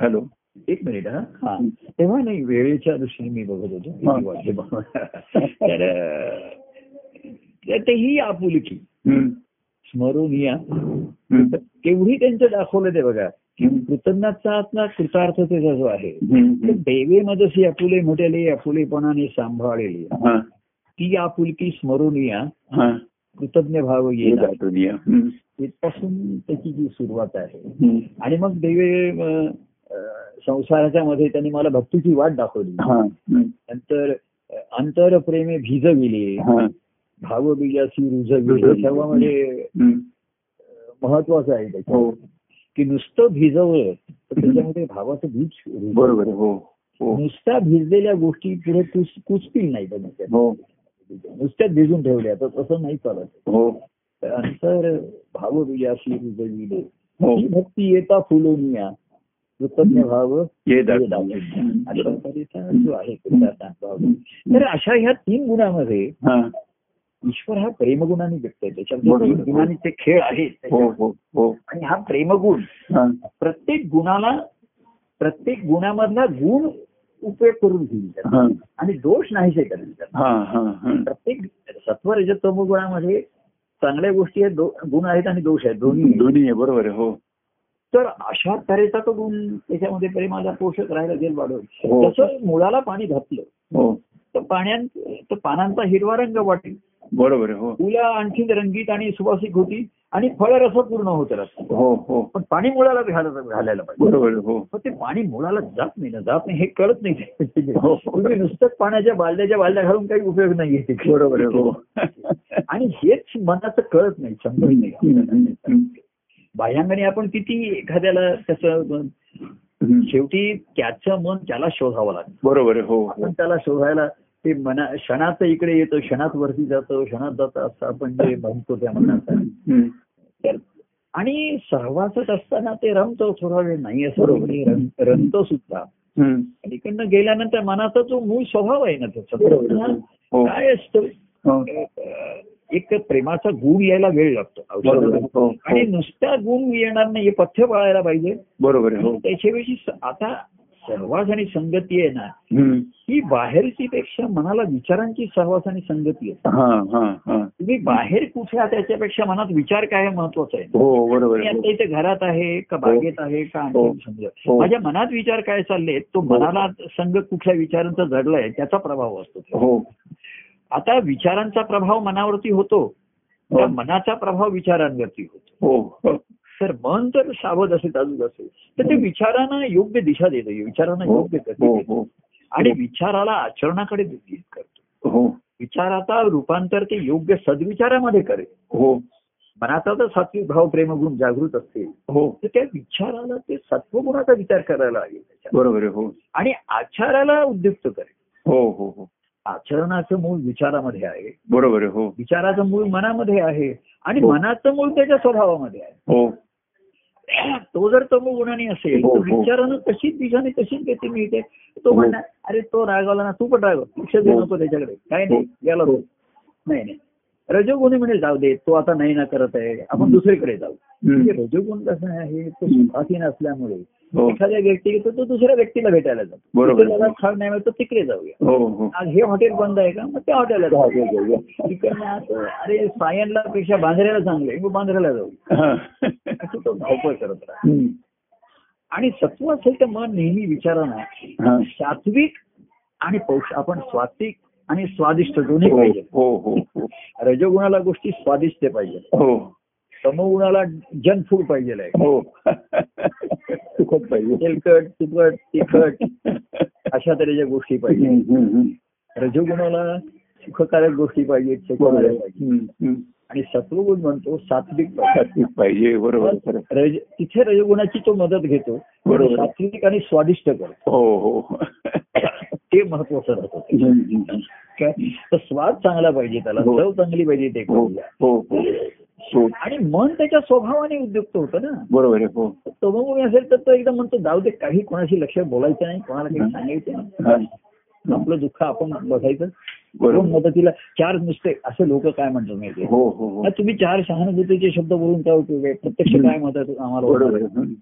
Speaker 1: हॅलो
Speaker 2: एक मिनिट हा हा तेव्हा नाही वेळेच्या दृष्टीने मी बघत होतो
Speaker 1: हा.
Speaker 2: किती वाजले बघा. तर अं, तर ते ही आपुलकी
Speaker 1: हम्म.
Speaker 2: स्मरून या
Speaker 1: हम्म.
Speaker 2: केवढी त्यांचं दाखवलं ते बघा
Speaker 1: हम्म.
Speaker 2: कृतज्ञता कृतार्थतेचा जो आहे
Speaker 1: हम्म.
Speaker 2: ते देवेमध्येच ही आपुले म्हटले आपुलेपणाने सांभाळेली
Speaker 1: हा
Speaker 2: ती आपुलकी स्मरून या
Speaker 1: हा
Speaker 2: कृतज्ञ भाव
Speaker 1: हे
Speaker 2: येणार
Speaker 1: जातो नियम. हम्म.
Speaker 2: तिथपासून त्याची जी सुरुवात आहे
Speaker 1: हम्म.
Speaker 2: आणि मग देवे अं, अं, संसाराच्या मध्ये त्यांनी मला भक्तीची वाट दाखवली
Speaker 1: हा. हम्म.
Speaker 2: नंतर अं, अंतरप्रेमे भिजविले
Speaker 1: हा.
Speaker 2: भावबीजाची रुजविले
Speaker 1: रुजविले.
Speaker 2: सर्व म्हणजे
Speaker 1: हम्म.
Speaker 2: महत्वाचं आहे त्याच्यात
Speaker 1: हो
Speaker 2: की नुसतं भिजवलं तर त्याच्यामध्ये भावाचं बीज रुजतं.
Speaker 1: बरोबर आहे. हो हो
Speaker 2: नुसत्या भिजलेल्या गोष्टी पुढे कुस कुचतील नाही त्या नुसत्या.
Speaker 1: हो
Speaker 2: नुसत्याच भिजून ठेवल्या तर तसं नाही चालत
Speaker 1: हो
Speaker 2: तर अंतर भावबीजाशी रुजविले
Speaker 1: हो
Speaker 2: ही भक्ती येता फुलोनिया कृतज्ञ भाव
Speaker 1: येतात
Speaker 2: हे दाखवलं.
Speaker 1: हम्म.
Speaker 2: अशा तऱ्हेचा जो आहे कृतार्थ भाव. तर अशा ह्या तीन गुणामध्ये
Speaker 1: हा.
Speaker 2: ईश्वर हा प्रेमगुणाने व्यक्त आहे त्याच्यामध्ये
Speaker 1: बरोबर.
Speaker 2: तीन गुणांनी ते खेळ आहेत
Speaker 1: हो
Speaker 2: त्याच्यात.
Speaker 1: हो हो
Speaker 2: आणि हा प्रेमगुण
Speaker 1: हा.
Speaker 2: प्रत्येक गुणाला प्रत्येक गुणामधला गुण उपयोग करून घेईल त्याचा.
Speaker 1: हा.
Speaker 2: आणि दोष नाहीसे करेल त्याचा.
Speaker 1: हा, हा, हा.
Speaker 2: प्रत्येक सत्व रजतम गुणामध्ये चांगल्या गोष्टी आहेत दो- गुण आहेत आणि दोष आहेत दोन्ही आहेत.
Speaker 1: दोन्ही आहे बरोबर आहे हो
Speaker 2: तर अशा तऱ्हेचा तो गुण त्याच्यामध्ये प्रेमाला पोषक राहायला जेल वाढवेल
Speaker 1: हो.
Speaker 2: तसं मुळाला पाणी घातलं
Speaker 1: हो
Speaker 2: तर पाण्यां तर पानांचा हिरवा रंग वाटेल
Speaker 1: बरोबर आहे हो
Speaker 2: फुलं आणखी रंगीत आणि सुवासिक होती आणि फळ रस पूर्ण होत राहतं
Speaker 1: हो हो
Speaker 2: पण पाणी मुळाला घालायला घालायला पाहिजे
Speaker 1: बरोबर आहे, हो
Speaker 2: पण ते पाणी मुळाला जात नाही ना जात नाही हे कळत नाही
Speaker 1: हो.
Speaker 2: तुम्ही नुसतंच पाण्याच्या बालद्याच्या बालद्या घालून काही उपयोग नाहीये तिथे.
Speaker 1: बरोबर आहे हो
Speaker 2: आणि हेच मनाचं कळत नाही समजत नाही
Speaker 1: हम्म, हम्म, हम्म.
Speaker 2: बाह्यांगाने आपण किती एखाद्याला त्याचं
Speaker 1: हम्म.
Speaker 2: शेवटी त्याचं मन त्याला शोधावं लागतं
Speaker 1: बरोबर आहे हो हो
Speaker 2: आपण त्याला शोधायला ते मना क्षणाचं इकडे येतो क्षणात वरती जातो क्षणात जातं असं आपण जे म्हणतो त्या मनाचा
Speaker 1: हम्म.
Speaker 2: तर आणि सहवासच असताना ते रमतो थोडा वेळ नाही असं
Speaker 1: बरोबर.
Speaker 2: नाही, रम- रमतो सुद्धा
Speaker 1: हम्म.
Speaker 2: तिकडनं गेल्यानंतर मनाचा जो मूळ स्वभाव आहे ना
Speaker 1: बरोबर आहे,
Speaker 2: त्याचा
Speaker 1: हो
Speaker 2: काय असतं
Speaker 1: हो
Speaker 2: अं, एक प्रेमाचा गुण यायला वेळ लागतो
Speaker 1: बरोबर आहे,
Speaker 2: औषधाला.
Speaker 1: हो,
Speaker 2: आणि
Speaker 1: हो.
Speaker 2: नुसता गुण येणार नाही हे पथ्य पाळायला पाहिजे
Speaker 1: बरोबर आहे हो
Speaker 2: त्याच्याविषयी स- आता सहवास आणि संगती आहे ना
Speaker 1: हम्म.
Speaker 2: ही बाहेरची पेक्षा मनाला विचारांची सहवास आणि संगती आहे
Speaker 1: हा हा हा
Speaker 2: तुम्ही बाहेर कुठे आहात त्याच्यापेक्षा मनात विचार काय महत्वाचा आहे
Speaker 1: हो बरोबर
Speaker 2: मी
Speaker 1: आहे
Speaker 2: आता
Speaker 1: हो.
Speaker 2: इथे घरात आहे का बागेत आहे का
Speaker 1: हो.
Speaker 2: आणखी समजा
Speaker 1: हो.
Speaker 2: माझ्या मनात विचार काय चालले तो मनाला संघ कुठल्या विचारांचा जडलाय त्याचा प्रभाव असतो
Speaker 1: हो
Speaker 2: आता विचारांचा प्रभाव मनावरती होतो
Speaker 1: हो.
Speaker 2: त्या मनाचा प्रभाव विचारांवरती होतो
Speaker 1: हो हो
Speaker 2: तर मन जर सावध असेल ताजूक असेल तर ते विचारांना योग्य दिशा देतं विचारांना
Speaker 1: हो
Speaker 2: योग्य गती
Speaker 1: हो
Speaker 2: देतं.
Speaker 1: हो
Speaker 2: आणि विचाराला आचरणाकडे निर्देशित करतो
Speaker 1: हो
Speaker 2: विचाराचा रूपांतर ते योग्य सद्विचारामध्ये करेल
Speaker 1: हो
Speaker 2: मनाचा जर सात्विक भाव प्रेमगुण जागृत असतील
Speaker 1: हो
Speaker 2: तर म्हणजे त्या विचाराला ते सत्वगुणाचा विचार करायला लागेल त्याच्यात.
Speaker 1: बरोबर आहे हो
Speaker 2: आणि आचाराला उद्युक्त करेल
Speaker 1: हो हो हो
Speaker 2: आचरणाचं मूळ विचारामध्ये आहे
Speaker 1: बरोबर आहे हो
Speaker 2: विचाराचं मूळ मनामध्ये आहे आणि
Speaker 1: हो.
Speaker 2: मनाचं मूळ त्याच्या स्वभावामध्ये
Speaker 1: हो
Speaker 2: आहे तो जर तमो गुणाने असेल
Speaker 1: हो,
Speaker 2: तर
Speaker 1: हो.
Speaker 2: विचारानं तशीच दिशाने तशीच गती मिळते तो
Speaker 1: हो.
Speaker 2: म्हणणार अरे तो रागावला ना तू पण रागव लक्ष दे
Speaker 1: हो.
Speaker 2: नको त्याच्याकडे काय नाही
Speaker 1: हो.
Speaker 2: गेला तो नाही नाही रजोगुणी म्हणजे जाऊ दे तो आता नाही ना करत आहे आपण दुसरीकडे जाऊ म्हणजे
Speaker 1: हम्म.
Speaker 2: रजोगुण कसं आहे तो
Speaker 1: हम्म.
Speaker 2: सुखासीन असल्यामुळे
Speaker 1: हो
Speaker 2: एखाद्या व्यक्ती तो दुसऱ्या व्यक्तीला भेटायला जातो
Speaker 1: बरोबर.
Speaker 2: तिथे त्याला खाऊ नाही मिळत तिकडे जाऊया
Speaker 1: हो हो
Speaker 2: आज हे हॉटेल बंद आहे का मग त्या हॉटेलला जाऊया तिकडनं आज अरे सायनला पेक्षा बांद्र्याला चांगलं आहे मग बांद्र्याला जाऊ
Speaker 1: हा.
Speaker 2: असं तो धावपळ करत राहा
Speaker 1: हम्म.
Speaker 2: आणि सत्व असेल तर मन नेहमी विचारानं
Speaker 1: हा.
Speaker 2: सात्विक आणि पौष आपण स्वात्विक आणि स्वादिष्ट दोन्ही
Speaker 1: हो
Speaker 2: पाहिजे
Speaker 1: हो हो हो.
Speaker 2: रजोगुणाला गोष्टी स्वादिष्ट पाहिजे
Speaker 1: हो
Speaker 2: तमोगुणाला जंक फूड पाहिजे आहे
Speaker 1: हो सुखद पाहिजे
Speaker 2: तेलकट तुपट तिखट अशा तऱ्हेच्या गोष्टी पाहिजे
Speaker 1: हम्म, हम्म, हम्म.
Speaker 2: रजोगुणाला सुखकारक गोष्टी पाहिजेत
Speaker 1: बरोबर
Speaker 2: सुखकारक
Speaker 1: आहे.
Speaker 2: पाहिजे
Speaker 1: हम्म, हम्म.
Speaker 2: आणि सत्वगुण म्हणतो सात्विक पाहिजे.
Speaker 1: सात्विक पाहिजे बरोबर आहे, खरं आहे.
Speaker 2: रज- तिथे रजोगुणाची तो मदत घेतो
Speaker 1: बरोबर.
Speaker 2: सात्विक आणि स्वादिष्ट करतो
Speaker 1: हो हो
Speaker 2: ते महत्वाचं राहतं
Speaker 1: हम्म, हम्म.
Speaker 2: काय? तर स्वाद चांगला पाहिजे त्याला
Speaker 1: हो.
Speaker 2: चव चांगली पाहिजे ते
Speaker 1: हो
Speaker 2: खायला.
Speaker 1: हो हो हो
Speaker 2: आणि मन त्याच्या स्वभावाने उद्युक्त होतं ना
Speaker 1: बरोबर आहे हो
Speaker 2: तमोगुणी असेल तर तो एकदम म्हणतो जाऊ दे काही कोणाशी लक्ष बोलायचं नाही कोणाला काही सांगायचं नाही
Speaker 1: हा.
Speaker 2: आपलं दुःख आपण बघायचं दोन
Speaker 1: बरोबर
Speaker 2: मदतीला चार नुसते असे लोक काय म्हणतात माहिती
Speaker 1: हो हो हो
Speaker 2: आता तुम्ही चार सहानुभूतीचे शब्द बोलून काय उपयोग आहे प्रत्यक्ष
Speaker 1: हम्म.
Speaker 2: काय मदत आम्हाला होणार
Speaker 1: बरोबर
Speaker 2: आहे?
Speaker 1: आहे. हम्म.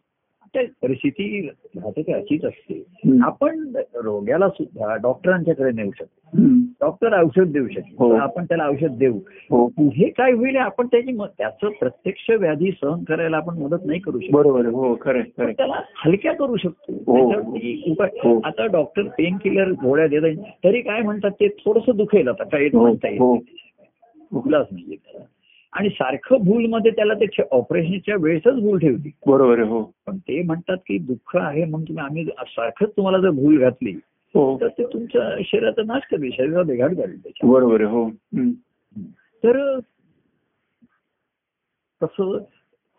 Speaker 2: आता परिस्थिती राहते ती अशीच असते
Speaker 1: हम्म.
Speaker 2: आपण रोग्याला सुद्धा डॉक्टरांच्याकडे नेऊ शकतो
Speaker 1: हम्म.
Speaker 2: डॉक्टर औषध देऊ शकतो
Speaker 1: हो.
Speaker 2: तर आपण त्याला औषध देऊ
Speaker 1: हो
Speaker 2: पुढे काय होईल आपण त्याची म- त्याचं प्रत्यक्ष व्याधी सहन करायला आपण मदत नाही करू शकतो
Speaker 1: बरोबर आहे. हो खरं आहे, खरं
Speaker 2: पण
Speaker 1: आहे.
Speaker 2: त्याला हलक्या करू शकतो
Speaker 1: हो.
Speaker 2: त्याच्यावरती उपाय
Speaker 1: हो.
Speaker 2: आता डॉक्टर पेन किलर गोळ्या देत तरी काय म्हणतात ते थोडस दुखेल आता काय
Speaker 1: हो
Speaker 2: म्हणता येईल
Speaker 1: हो
Speaker 2: दुखलाच नाहीये त्याला आणि सारखं भूलमध्ये त्याला ते ठे- ऑपरेशनच्या वेळेसच भूल ठेवली
Speaker 1: बरोबर आहे, हो
Speaker 2: पण ते म्हणतात की दुःख आहे म्हणून तुम्ही आम्ही सारखंच तुम्हाला जर भूल घातली
Speaker 1: हो
Speaker 2: तर ते तुमच्या शरीराचा नाश करेल शरीराला बिघाड करेल त्याच्या
Speaker 1: बरोबर आहे, हो हम्म.
Speaker 2: तर तसं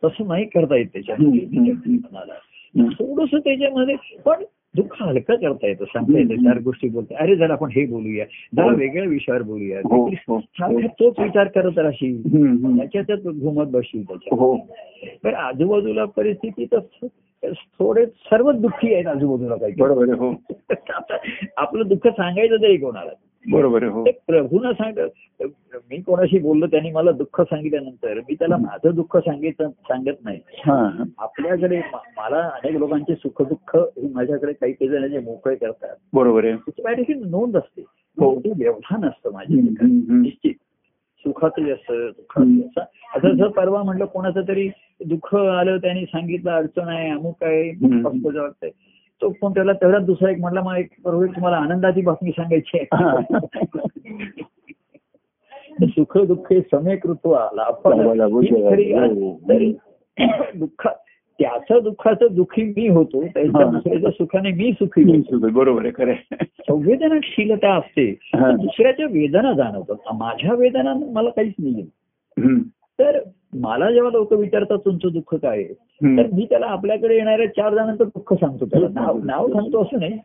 Speaker 2: तसं नाही करता येत
Speaker 1: हम्म, हम्म.
Speaker 2: त्याच्या थोडस त्याच्यामध्ये पण दुःख हलकं करता येतं सांगता येतं
Speaker 1: हम्म.
Speaker 2: चार गोष्टी बोलता अरे जरा आपण हे बोलूया जरा
Speaker 1: हो.
Speaker 2: वेगळ्या विषयावर बोलूया
Speaker 1: हो, हो.
Speaker 2: सारखा तोच विचार करत राहशील
Speaker 1: हम्म, हम्म.
Speaker 2: त्याच्यातच घुमत बसशील त्याच्या
Speaker 1: हो
Speaker 2: तर आजूबाजूला परिस्थिती तर थोडे सर्वच दुःखी आहेत आजूबाजूला काही
Speaker 1: बरोबर आहे, हो
Speaker 2: आता आपलं दुःख सांगायचं तरी कोणाला
Speaker 1: बरोबर आहे, हो
Speaker 2: ते प्रभूनं सांग मी कोणाशी बोललो त्यांनी मला दुःख सांगितल्यानंतर मी त्याला माझं दुःख सांगित सांगत नाही
Speaker 1: हा हा.
Speaker 2: आपल्याकडे म- मला अनेक लोकांचे सुख दुःख हे माझ्याकडे काही काही जणांचे मोकळे करतात
Speaker 1: बरोबर आहे
Speaker 2: त्याची माझ्याशी नोंद असते
Speaker 1: हो.
Speaker 2: ते व्यवधान असतं माझ्या
Speaker 1: हम्म,
Speaker 2: ठिकाणी.
Speaker 1: हम्म, हम्म.
Speaker 2: निश्चित सुखातही असं दुःखातही असं असं जर परवा म्हटलं कोणाचं तरी दुःख आलं त्याने सांगितलं अडचण आहे अमुक आहे
Speaker 1: हम्म.
Speaker 2: अस्पृश्य वाटतंय तो पण त्याला तेवढा दुसरा एक म्हटला मला एक परवा तुम्हाला आनंदाची बातमी सांगायची आहे सुख दुःख हे समेक ऋतू आला
Speaker 1: लाभा लागू जगाला. हो.
Speaker 2: दुःख त्याचं दुःखाचं दुःखी मी होतो त्याच्या
Speaker 1: हा.
Speaker 2: दुसऱ्याच्या सुखाने मी सुखी
Speaker 1: हम्म,
Speaker 2: होतो
Speaker 1: सुधीर, बरोबर आहे खरं आहे.
Speaker 2: संवेदनशीलता असते
Speaker 1: हा.
Speaker 2: दुसऱ्याच्या वेदना जाणवतात माझ्या वेदना मला काहीच नाही
Speaker 1: हम्म,
Speaker 2: तर मला जेव्हा लोक विचारतात तुमचं दुःख काय आहे तर
Speaker 1: हम्म.
Speaker 2: मी त्याला आपल्याकडे येणाऱ्या चार जणांचं दुःख सांगतो त्याला नाव नाव सांगतो असं नाही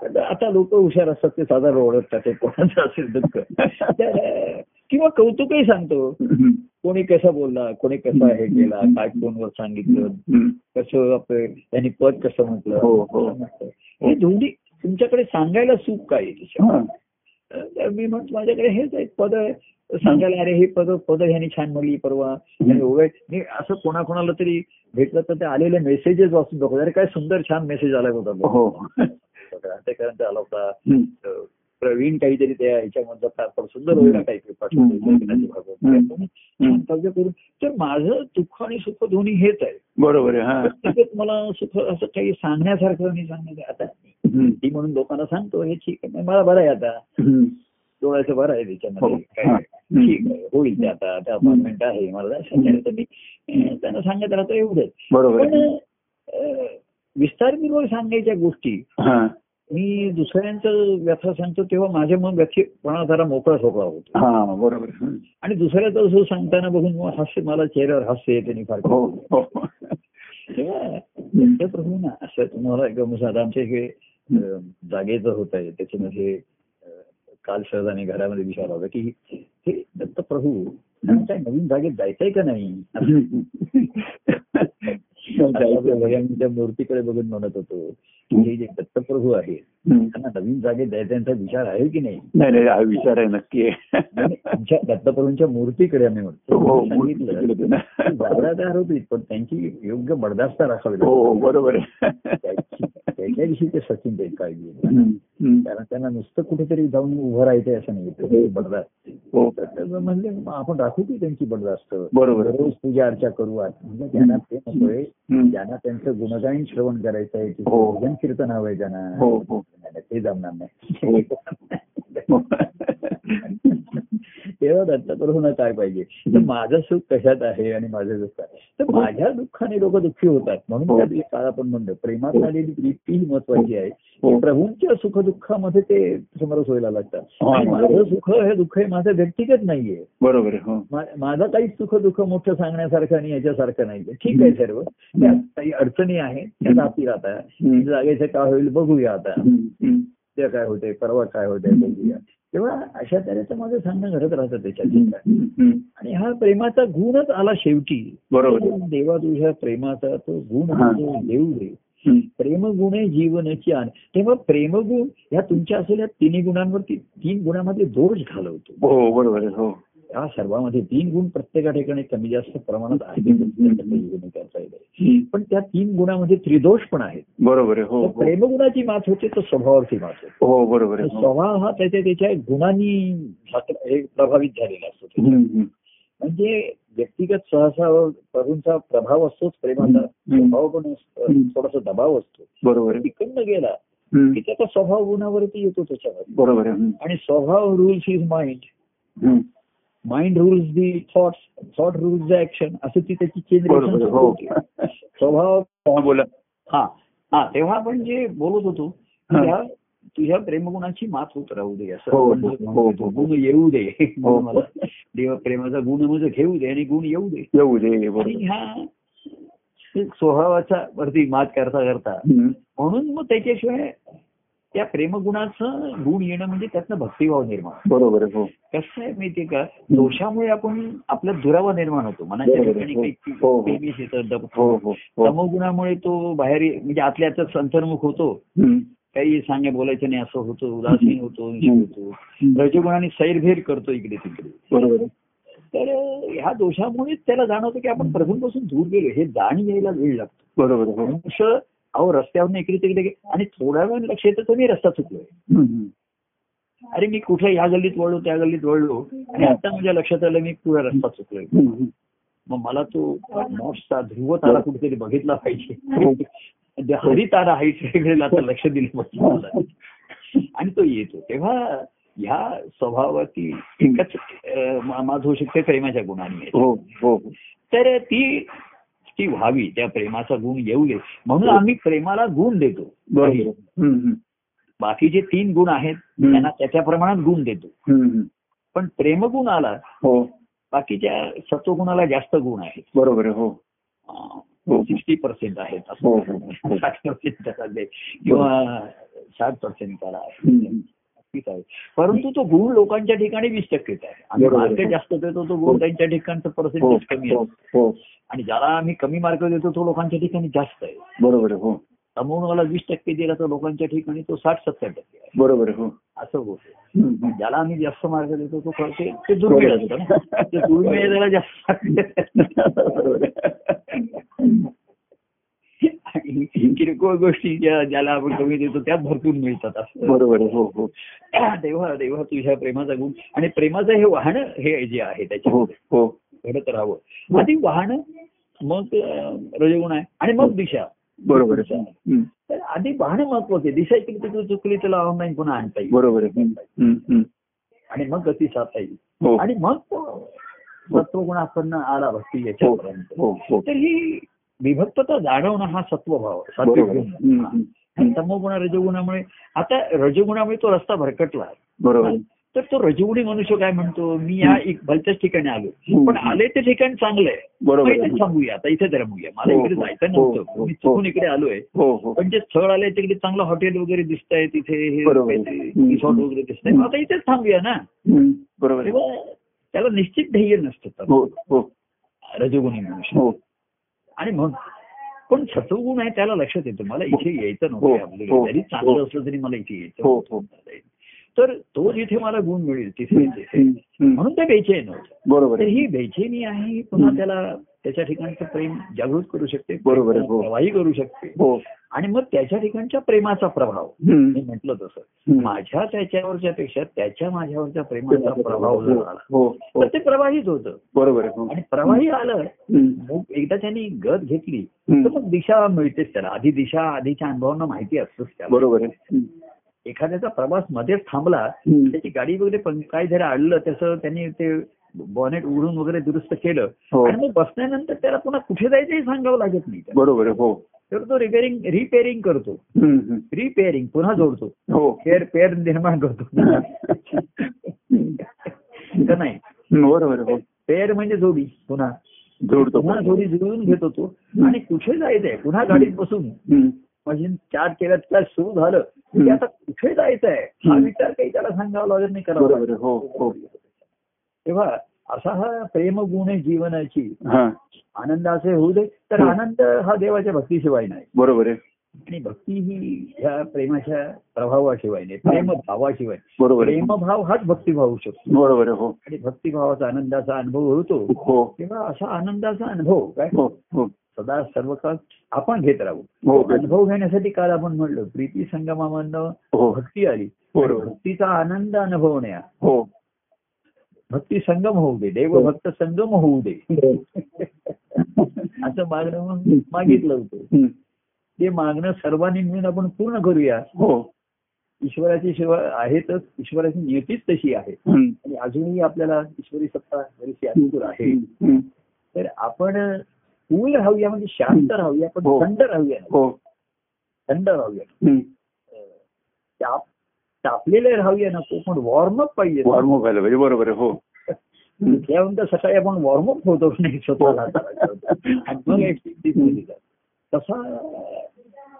Speaker 2: पण आता लोक हुशार असतात ते साधारण ओळखतात ते कोणाचं असेल दुःख तर, किंवा कौतुकही सांगतो
Speaker 1: हम्म,
Speaker 2: कोणी कसा बोलला कोणी कसा हे केला काय फोनवर सांगितलं
Speaker 1: हम्म.
Speaker 2: कसं आपलं त्यांनी पद कसं म्हटलं
Speaker 1: हो, हो.
Speaker 2: कसं म्हटलं. हे दोन्ही तुमच्याकडे सांगायला सुख काय आहे त्याच्यात?
Speaker 1: हा.
Speaker 2: तर मी म्हणतो माझ्याकडे हेच एक पद आहे. सांगायला अरे हे पद पद ह्याने छान म्हणली परवा ह्याने ओव्या- मी असं कोणाकोणाला तरी भेटलं तर ते आलेले मेसेजेस वाचून बघू अरे काय सुंदर छान मेसेज आला होता बघ.
Speaker 1: हो
Speaker 2: क्रांतिकारांचा आला होता
Speaker 1: हम्म,
Speaker 2: अं, प्रवीण काहीतरी त्या ह्याच्यामधलं फार फार सुंदर ओव्या काहीतरी पाठवली
Speaker 1: हम्म.
Speaker 2: एकनाथजी भागवत. छान काव्य करून तर माझं दुःख आणि सुख दोन्ही हेच आहे
Speaker 1: बरोबर आहे हा
Speaker 2: प्रत्येकच मला सुख असं काही सांगण्यासारखं आणि सांगण्याचं आता
Speaker 1: हम्म,
Speaker 2: ती म्हणून लोकांना सांगतो हे ठीक आहे मला बरं आहे आता
Speaker 1: हम्म.
Speaker 2: डोळ्याचं बरं आहे
Speaker 1: हो.
Speaker 2: त्याच्यामध्ये
Speaker 1: हा.
Speaker 2: काय ठीक आहे होईल ते आता आता अपॉइंटमेंट आहे मला दर्शन झालं तर मी अं, त्यांना सांगत राहतो एवढंच
Speaker 1: बरोबर
Speaker 2: पण
Speaker 1: आहे
Speaker 2: अं, विस्तारपूर्वक सांगायच्या गोष्टी
Speaker 1: हा
Speaker 2: मी दुसऱ्यांचं व्यथा सांगतो तेव्हा माझ्या मन व्यथीपणा जरा मोकळा सोकळा होतो
Speaker 1: हा बरोबर आहे. हम्म.
Speaker 2: आणि दुसऱ्याचं असं सांगताना बघून मग हास्य मला चेहऱ्यावर हास्य येते आणि फार
Speaker 1: हो हो
Speaker 2: तेव्हा त्यांच्या प्रभूंना असं तुम्हाला गमसात आमच्या इकडे अं, जागेचं होत आहे त्याच्यामध्ये अं, काल सहजाने घरामध्ये विचारला होता की हे दत्तप्रभू त्यांना काय नवीन जागेत जायचंय का नाही आता आपल्या
Speaker 1: हम्म.
Speaker 2: भैयांनी त्या मूर्तीकडे बघून म्हणत होतो की हे जे दत्तप्रभू आहेत त्यांना नवीन जागेत जायचा त्यांचा विचार आहे की नाही
Speaker 1: नाही नाही हा विचार आहे नक्की
Speaker 2: आणि आमच्या दत्तप्रभूंच्या मूर्तीकडे आम्ही
Speaker 1: हो
Speaker 2: म्हणतो सांगितलं
Speaker 1: बोल.
Speaker 2: जागा तर होतीच पण त्यांची योग्य बडदास्त राखावी
Speaker 1: हो
Speaker 2: लागते.
Speaker 1: हो बरोबर आहे
Speaker 2: त्याची- त्याच्याविषयी ते सचिन ते काळजी घेतात.
Speaker 1: हम्म, हम्म.
Speaker 2: कारण त्यांना नुसतं कुठेतरी जाऊन उभं राहायचं असं नाही ते बडदास्त
Speaker 1: हो
Speaker 2: तर त्याचं म्हणजे मग आपण राखू की त्यांची बडदास्त
Speaker 1: बरोबर.
Speaker 2: रोज पूजा अर्चा करू आज म्हणजे त्यांना ते नकोय
Speaker 1: हम्म.
Speaker 2: ज्यांना त्यांचं गुणगायन श्रवण करायचं आहे ते
Speaker 1: हो.
Speaker 2: भजन कीर्तन हवंय त्यांना
Speaker 1: हो हो
Speaker 2: नाही, नाही, ते जमणार
Speaker 1: हो.
Speaker 2: नाही तेव्हा दत्तप्रभूंना काय पाहिजे तर माझं सुख कशात आहे आणि माझं दुःख आहे तर माझ्या दुःखाने लोक दुःखी होतात
Speaker 1: हो.
Speaker 2: म्हणून त्यात एक काळ आपण म्हणतो प्रेमात
Speaker 1: हो.
Speaker 2: आलेली प्रीती ही महत्वाची आहे
Speaker 1: हो.
Speaker 2: की प्रभूंच्या सुखदुःखामध्ये ते समरस व्हायला लागतात
Speaker 1: हा.
Speaker 2: आणि माझं सुख हे दुःख हे माझं व्यक्तिगत नाहीये
Speaker 1: बरोबर आहे हो
Speaker 2: मा- माझं काही सुख दुःख मोठं सांगण्यासारखं आणि याच्यासारखं नाहीये ठीक आहे सर्व त्यात काही अडचणी आहेत त्यात आपली आता
Speaker 1: हम्म.
Speaker 2: जागेचं काय होईल बघूया आता
Speaker 1: हम्म, हम्म.
Speaker 2: उद्या काय होते परवा काय होते बघूया तेव्हा अशा तऱ्हेचं माझं सांगणं घडत राहतं त्याच्या ठिकाणी.
Speaker 1: हम्म, हम्म.
Speaker 2: आणि हा प्रेमाचा गुणच आला शेवटी
Speaker 1: बरोबर आहे.
Speaker 2: देवा तुझ्या प्रेमाचा तो गुण
Speaker 1: हा.
Speaker 2: म्हणजे देऊ दे
Speaker 1: हम्म.
Speaker 2: प्रेमगुणे जीवनाची आण तेव्हा प्रेमगुण ह्या तुमच्या असलेल्या तिन्ही गुणांवरती तीन गुणामध्ये दोष घालवतो
Speaker 1: हो बरोबर आहे हो
Speaker 2: या सर्वांमध्ये तीन गुण प्रत्येका ठिकाणी कमी जास्त प्रमाणात आहेत
Speaker 1: हम्म.
Speaker 2: त्याचा काही हे नाही करता येत आहे.
Speaker 1: हम्म.
Speaker 2: पण त्या तीन गुणामध्ये त्रिदोष पण आहेत
Speaker 1: बरोबर आहे हो
Speaker 2: तर
Speaker 1: हो.
Speaker 2: प्रेमगुणाची मात होते तर स्वभावावरची मात होते
Speaker 1: हो बरोबर
Speaker 2: तर
Speaker 1: आहे हो.
Speaker 2: स्वभाव हा त्याच्या त्याच्या गुणांनी झाक- हे प्रभावित झालेला असतो
Speaker 1: हम्म, हम्म.
Speaker 2: म्हणजे व्यक्तिगत सहसा प्रभूंचा प्रभाव असतोच प्रेमाचा
Speaker 1: हम्म.
Speaker 2: स्वभाव पण असतो,
Speaker 1: हम्म.
Speaker 2: थोडासा दबाव असतो
Speaker 1: बरोबर आहे
Speaker 2: तिकडनं गेला
Speaker 1: हम्म.
Speaker 2: की त्याचा स्वभाव गुणावरती येतो त्याच्यावर
Speaker 1: बरोबर आहे हम्म.
Speaker 2: आणि स्वभाव रुल्स इज माइंड
Speaker 1: हम्म.
Speaker 2: Mind rules the thoughts thought rules the action असं ती त्याची
Speaker 1: बरोबर, हो.
Speaker 2: केंद्र स्वभाव
Speaker 1: हा, बोला
Speaker 2: हा हा तेव्हा आपण जे बोलत होतो
Speaker 1: हा.
Speaker 2: तुझ्या तुझ्या प्रेमगुणाची मात होत राहू दे असं
Speaker 1: हो,
Speaker 2: आपण
Speaker 1: हो,
Speaker 2: म्हणतो.
Speaker 1: हो, हो.
Speaker 2: गुण येऊ दे
Speaker 1: हो.
Speaker 2: गुण मला देव प्रेमाचा गुण मज घेऊ दे आणि गुण येऊ दे
Speaker 1: येऊ दे
Speaker 2: आणि
Speaker 1: बरोबर
Speaker 2: ह्या स्वभावाच्या वरती मात करता करता
Speaker 1: हम्म.
Speaker 2: म्हणून मग त्याच्याशिवाय त्या प्रेमगुणाचं गुण येणं म्हणजे त्यातनं भक्तिभाव निर्माण
Speaker 1: बरोबर आहे, हो
Speaker 2: कसं आहे माहितीये का दोषामुळे आपण आपला दुरावा निर्माण होतो मनाच्या
Speaker 1: बरोबर.
Speaker 2: ठिकाणी
Speaker 1: हो.
Speaker 2: काही
Speaker 1: हो, हो.
Speaker 2: पेगीस येतं
Speaker 1: हो
Speaker 2: दब-
Speaker 1: हो हो
Speaker 2: तमोगुणामुळे तो बाहेर ये- म्हणजे आतल्या आतच अंतर्मुख होतो
Speaker 1: हम्म.
Speaker 2: काही सांगे बोलायचं नाही असं होतो उदासीन होतो हे होतो रजगुणाने सैरभेर करतो इकडे तिकडे
Speaker 1: बरोबर आहे.
Speaker 2: तर ह्या दोषामुळे त्याला जाणवतं की आपण प्रथमपासून दूर गेलो हे जाणीव यायला वेळ लागतो
Speaker 1: बरोबर आहे, हो
Speaker 2: मनुष्य अहो रस्त्यावरून इकडे तिकडे गे- आणि थोड्या वेळ लक्ष येतं तर मी रस्ता चुकलोय
Speaker 1: हम्म.
Speaker 2: अरे मी कुठे या गल्लीत वळलो त्या गल्लीत वळलो आणि आता माझ्या लक्षात आलं मी पुढे रस्ता चुकलोय
Speaker 1: हम्म.
Speaker 2: मग मला तो नॉर्थचा ध्रुव तारा कुठेतरी बघितला म्हणजे
Speaker 1: हो.
Speaker 2: पाहिजे जे हरी तारा हा इकडे आता लक्ष दिलं पाहिजे मला. आणि तो येतो तेव्हा ह्या स्वभावाती एकच अं, मा- माझं होऊ शकते प्रेमाच्या गुणांनी
Speaker 1: हो हो
Speaker 2: तर ती ती व्हावी त्या प्रेमाचा गुण येऊ दे म्हणून आम्ही प्रेमाला गुण देतो
Speaker 1: हो. बरोबर आहे. हम्म.
Speaker 2: बाकी जे तीन गुण आहेत
Speaker 1: हम्म.
Speaker 2: त्यांना त्याच्या प्रमाणात गुण देतो
Speaker 1: हम्म.
Speaker 2: पण प्रेमगुण आला
Speaker 1: हो
Speaker 2: बाकीच्या सत्वगुणाला जास्त गुण आहेत
Speaker 1: बरोबर आहे, हो
Speaker 2: अं,
Speaker 1: हो
Speaker 2: सिक्स्टी पर्सेंट आहेत
Speaker 1: हो,
Speaker 2: असं
Speaker 1: हो, हो.
Speaker 2: साठ पर्सेंट आहे किंवा साठ पर्सेंट त्याला आहे
Speaker 1: हम्म.
Speaker 2: ठीक आहे परंतु तो गुण लोकांच्या ठिकाणी वीस टक्केच आहे आम्ही
Speaker 1: बरोबर.
Speaker 2: मार्क जास्त देतो तो गुण त्यांच्या ठिकाणचं
Speaker 1: हो
Speaker 2: पर्सेंटेज कमी
Speaker 1: हो
Speaker 2: आहे
Speaker 1: हो
Speaker 2: आणि ज्याला आम्ही कमी मार्क देतो तो लोकांच्या ठिकाणी जास्त आहे
Speaker 1: बरोबर आहे, हो
Speaker 2: तमोगुणाला वीस टक्के दिला तर लोकांच्या ठिकाणी तो साठ सत्तर टक्के आहे
Speaker 1: बरोबर आहे, हो
Speaker 2: असं होतं
Speaker 1: हम्म.
Speaker 2: ज्याला आम्ही जास्त मार्क देतो तो करते ते दुर्मिळ असतं ना ते दुर्मिळ त्याला जास्त आणि किरकोळ गोष्टी ज्या ज्याला आपण कमी देतो त्यात भरपूर मिळतात असं
Speaker 1: बरोबर आहे, हो हो
Speaker 2: तेव्हा तेव्हा तुझ्या प्रेमाचा गुण आणि प्रेमाचं हे वाहनं हे जे आहे
Speaker 1: हो
Speaker 2: त्याच्यात
Speaker 1: हो
Speaker 2: घडत राहावं आधी वाहनं मग अं, रजोगुण आहे आणि मग दिशा
Speaker 1: बरोबर आहे हम्म.
Speaker 2: तर आधी वाहनं महत्वाचे दिशा इकडे तिकडे चुकली त्याला ऑनलाईन पुन्हा आणता येईल
Speaker 1: बरोबर आहे हम्म. हम्म. हम्म.
Speaker 2: आणि मग गती साधता येईल
Speaker 1: हो
Speaker 2: आणि मग सत्वगुण आपण आला भक्ती याच्यापर्यंत
Speaker 1: हो हो
Speaker 2: तर ही विभक्तता जाणवणं हा सत्वभाव आहे, सात्विक
Speaker 1: बरोबर
Speaker 2: गुण.
Speaker 1: आहे. हम्म. हम्म.
Speaker 2: आणि तमोगुण रजगुणामुळे आता रजगुणामुळे तो रस्ता भरकटला
Speaker 1: बरोबर आहे.
Speaker 2: तर तो रजगुणी मनुष्य काय म्हणतो मी या एक भलत्याच ठिकाणी आलो पण आले ते ठिकाण चांगलं आहे
Speaker 1: बरोबर
Speaker 2: मग
Speaker 1: आहे.
Speaker 2: इथेच थांबूया आता इथे रमूया मला
Speaker 1: हो,
Speaker 2: इकडे
Speaker 1: हो,
Speaker 2: जायचं
Speaker 1: हो,
Speaker 2: नव्हतं
Speaker 1: हो,
Speaker 2: मी
Speaker 1: हो.
Speaker 2: चुकून इकडे आलोय
Speaker 1: हो हो
Speaker 2: पण जे स्थळ आलंय तिकडे चांगलं हॉटेल वगैरे दिसतंय तिथे हे
Speaker 1: बरोबर आहे. हम्म.
Speaker 2: रिसॉर्ट वगैरे दिसतंय मग आता इथेच थांबूया ना
Speaker 1: हम्म. बरोबर आहे.
Speaker 2: तेव्हा त्याला निश्चित ध्येय नसतं
Speaker 1: हो हो
Speaker 2: रजगुणी मनुष्य
Speaker 1: हो
Speaker 2: आणि म्हणून पण सत्वगुण आहे त्याला लक्षात येतं मला इथे यायचं
Speaker 1: हो,
Speaker 2: नव्हतं आपल्याला.
Speaker 1: हो,
Speaker 2: जरी चांगलं
Speaker 1: हो.
Speaker 2: असलं तरी मला इथे यायचं
Speaker 1: हो,
Speaker 2: नव्हतं. तर तो जिथे मला गुण मिळेल तिथे तिथे.
Speaker 1: हम्म. हम्म.
Speaker 2: म्हणून ते बेचैन होतं
Speaker 1: बरोबर
Speaker 2: तर
Speaker 1: आहे.
Speaker 2: ही बेचैनी आहे ही पुन्हा त्याला त्याच्या ठिकाणचं प्रेम जागृत करू शकते
Speaker 1: बरोबर आहे, हो.
Speaker 2: प्रवाही करू शकते
Speaker 1: हो
Speaker 2: आणि मग त्याच्या ठिकाणच्या प्रेमाचा प्रभाव मी
Speaker 1: हम्म.
Speaker 2: म्हटलं तसं
Speaker 1: हम्म.
Speaker 2: माझ्या त्याच्यावरच्या पेक्षा त्याच्या माझ्यावरच्या प्रेमाचा प्रभाव जर आला
Speaker 1: हो हो
Speaker 2: तर ते प्रवाहित होतं
Speaker 1: बरोबर आहे. हो
Speaker 2: आणि प्रवाही आलं
Speaker 1: हम्म.
Speaker 2: मग एकदा त्यांनी गत घेतली तर
Speaker 1: हम्म.
Speaker 2: मग दिशा मिळतेच त्याला आधी दिशा आधीच्या अनुभवांना माहिती असतोच त्याला
Speaker 1: बरोबर आहे हम्म.
Speaker 2: एखाद्याचा प्रवास मध्येच थांबला
Speaker 1: हम्म.
Speaker 2: त्याची गाडी वगैरे पण काही जरी अडलं त्याचं त्यांनी ते बॉनेट उघडून वगैरे दुरुस्त केलं
Speaker 1: हो
Speaker 2: आणि मग बसल्यानंतर त्याला पुन्हा कुठे जायचं हे सांगावं लागत नाही त्याला.
Speaker 1: बरोबर आहे. हो
Speaker 2: तर तो रिपेअरिंग रिपेअरिंग करतो
Speaker 1: हम्म. हम्म.
Speaker 2: रिपेअरिंग पुन्हा जोडतो
Speaker 1: हो
Speaker 2: फेअर पेअर निर्माण करतो का नाही
Speaker 1: बरोबर आहे. हो
Speaker 2: पेअर म्हणजे जोडी पुन्हा
Speaker 1: जोडतो
Speaker 2: पुन्हा जोडी जुळून घेतो तो आणि कुठे जायचंय पुन्हा गाडीत बसून
Speaker 1: हम्म.
Speaker 2: मशीन चार केलं तर सुरू झालं की आता कुठे जायचं आहे हा विचार काही त्याला सांगावा लागत नाही करावा
Speaker 1: बरोबर
Speaker 2: लागत.
Speaker 1: आहे. हो हो
Speaker 2: तेव्हा असा हा प्रेमगुण आहे जीवनाची
Speaker 1: हा
Speaker 2: आनंद असे होऊ दे तर
Speaker 1: हं.
Speaker 2: आनंद हा देवाच्या भक्तीशिवाय नाही
Speaker 1: बरोबर आहे
Speaker 2: आणि भक्ती ही ह्या प्रेमाच्या प्रभावाशिवाय नाही प्रेमभावाशिवाय
Speaker 1: बरोबर आहे
Speaker 2: प्रेमभाव हाच भक्तिभाव होऊ शकतो
Speaker 1: बरोबर आहे. हो
Speaker 2: आणि भक्तिभावाचा आनंदाचा अनुभव होतो
Speaker 1: हो
Speaker 2: तेव्हा असा आनंदाचा अनुभव काय
Speaker 1: हो हो
Speaker 2: सदा सर्व काळ आपण घेत राहू
Speaker 1: हो
Speaker 2: अनुभव घेण्यासाठी काल आपण म्हणलो प्रीती संगमामधनं
Speaker 1: हो
Speaker 2: भक्ती आली
Speaker 1: बरोबर
Speaker 2: भक्तीचा आनंद अनुभवण्या
Speaker 1: हो
Speaker 2: भक्ती संगम होऊ दे देव
Speaker 1: हो.
Speaker 2: भक्त संगम होऊ दे असं मागणं म्हणून मागितलं होतं
Speaker 1: हम्म.
Speaker 2: ते मागणं सर्वांनी मिळून आपण पूर्ण करूया
Speaker 1: हो
Speaker 2: ईश्वराची सेवा आहेतच ईश्वराची नियतीच तशी आहे
Speaker 1: हम्म.
Speaker 2: आणि अजूनही आपल्याला ईश्वरी सत्ता बरीचशी अनुकूल आहे
Speaker 1: हम्म. हम्म.
Speaker 2: तर आपण कूल राहूया म्हणजे शांत राहूया पण
Speaker 1: हो.
Speaker 2: थंड राहूया नाही.
Speaker 1: हो
Speaker 2: थंड राहूया
Speaker 1: हम्म.
Speaker 2: ताप तापलेले राहूया नको पण वॉर्मअप पाहिजे
Speaker 1: वॉर्म व्हायला पाहिजे बरोबर आहे हो हम्म.
Speaker 2: त्यानंतर सकाळी आपण वॉर्मअप होतो की नाही
Speaker 1: हो.
Speaker 2: स्वतःला आणि मग एक ती दिली जाते. तसा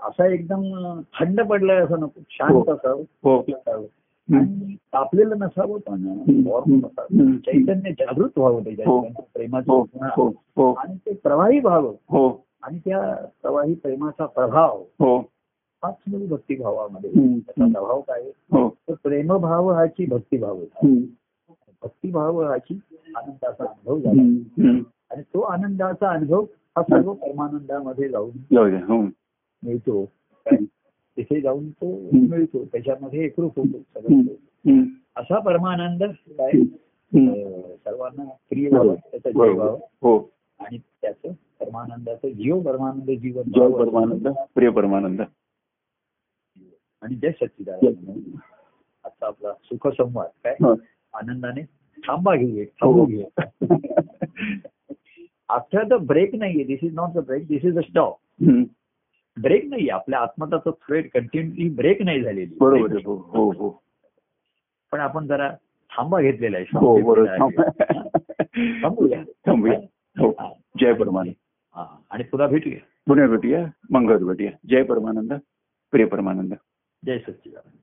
Speaker 2: असा एकदम थंड पडलाय असं नको शांत
Speaker 1: हो.
Speaker 2: असावं
Speaker 1: हो
Speaker 2: असावं.
Speaker 1: हम्म.
Speaker 2: आणि तापलेलं नसावं पण वॉर्म असावं
Speaker 1: हम्म.
Speaker 2: चैतन्य जागृत व्हावं त्याच्या
Speaker 1: हो.
Speaker 2: ठिकाणी. प्रेमाचं
Speaker 1: हो
Speaker 2: उन्हाळा.
Speaker 1: हो हो
Speaker 2: आणि ते प्रवाही व्हावं
Speaker 1: हो
Speaker 2: आणि त्या प्रवाही प्रेमाचा प्रभाव
Speaker 1: हो
Speaker 2: हाच म्हणजे भक्तिभावामध्ये
Speaker 1: हम्म.
Speaker 2: त्याचा प्रभाव काय आहे?
Speaker 1: हो
Speaker 2: तर प्रेमभाव हाची भक्तिभाव आहे.
Speaker 1: हम्म.
Speaker 2: भक्तिभाव हाची आनंदाचा अनुभव झाला
Speaker 1: हम्म. हम्म.
Speaker 2: आणि तो आनंदाचा अनुभव हा सर्व परमानंदामध्ये जाऊन
Speaker 1: जाऊ द्या हो
Speaker 2: मिळतो
Speaker 1: हम्म.
Speaker 2: तिथे जाऊन तो
Speaker 1: हम्म.
Speaker 2: मिळतो त्याच्यामध्ये एकरूप होतो सगळं
Speaker 1: हम्म. हम्म.
Speaker 2: असा परमानंद काय
Speaker 1: हम्म.
Speaker 2: अं, सर्वांना प्रिय व्हावा त्याचा जीव व्हावा
Speaker 1: हो
Speaker 2: आणि त्याचं परमानंदाचं जीव परमानंद जीवन
Speaker 1: जय
Speaker 2: व्हावं.
Speaker 1: परमानंद प्रिय परमानंद
Speaker 2: आणि जय सच्चिदानंद आता आपला सुख संवाद काय
Speaker 1: हो.
Speaker 2: आनंदाने थांबा घेऊया थांबू घेऊया आफ्टर द ब्रेक नाहीये this is not the break this is a stop
Speaker 1: हम्म.
Speaker 2: ब्रेक नाहीये आपल्या आत्मताचा थ्रेड कंटिन्युअली ब्रेक नाही झालेली
Speaker 1: बरोबर आहे. हो हो हो
Speaker 2: पण आपण जरा थांबा घेतलेला आहे
Speaker 1: हो बरोबर
Speaker 2: थांबूया. थांबूया.
Speaker 1: थांबूया हो
Speaker 2: हा.
Speaker 1: जय परमानंद
Speaker 2: हा. आणि पुन्हा भेटूया
Speaker 1: पुन्हा भेटूया मंगळवार भेटूया जय परमानंद प्रिय परमानंद
Speaker 2: जय सच्चिदानंद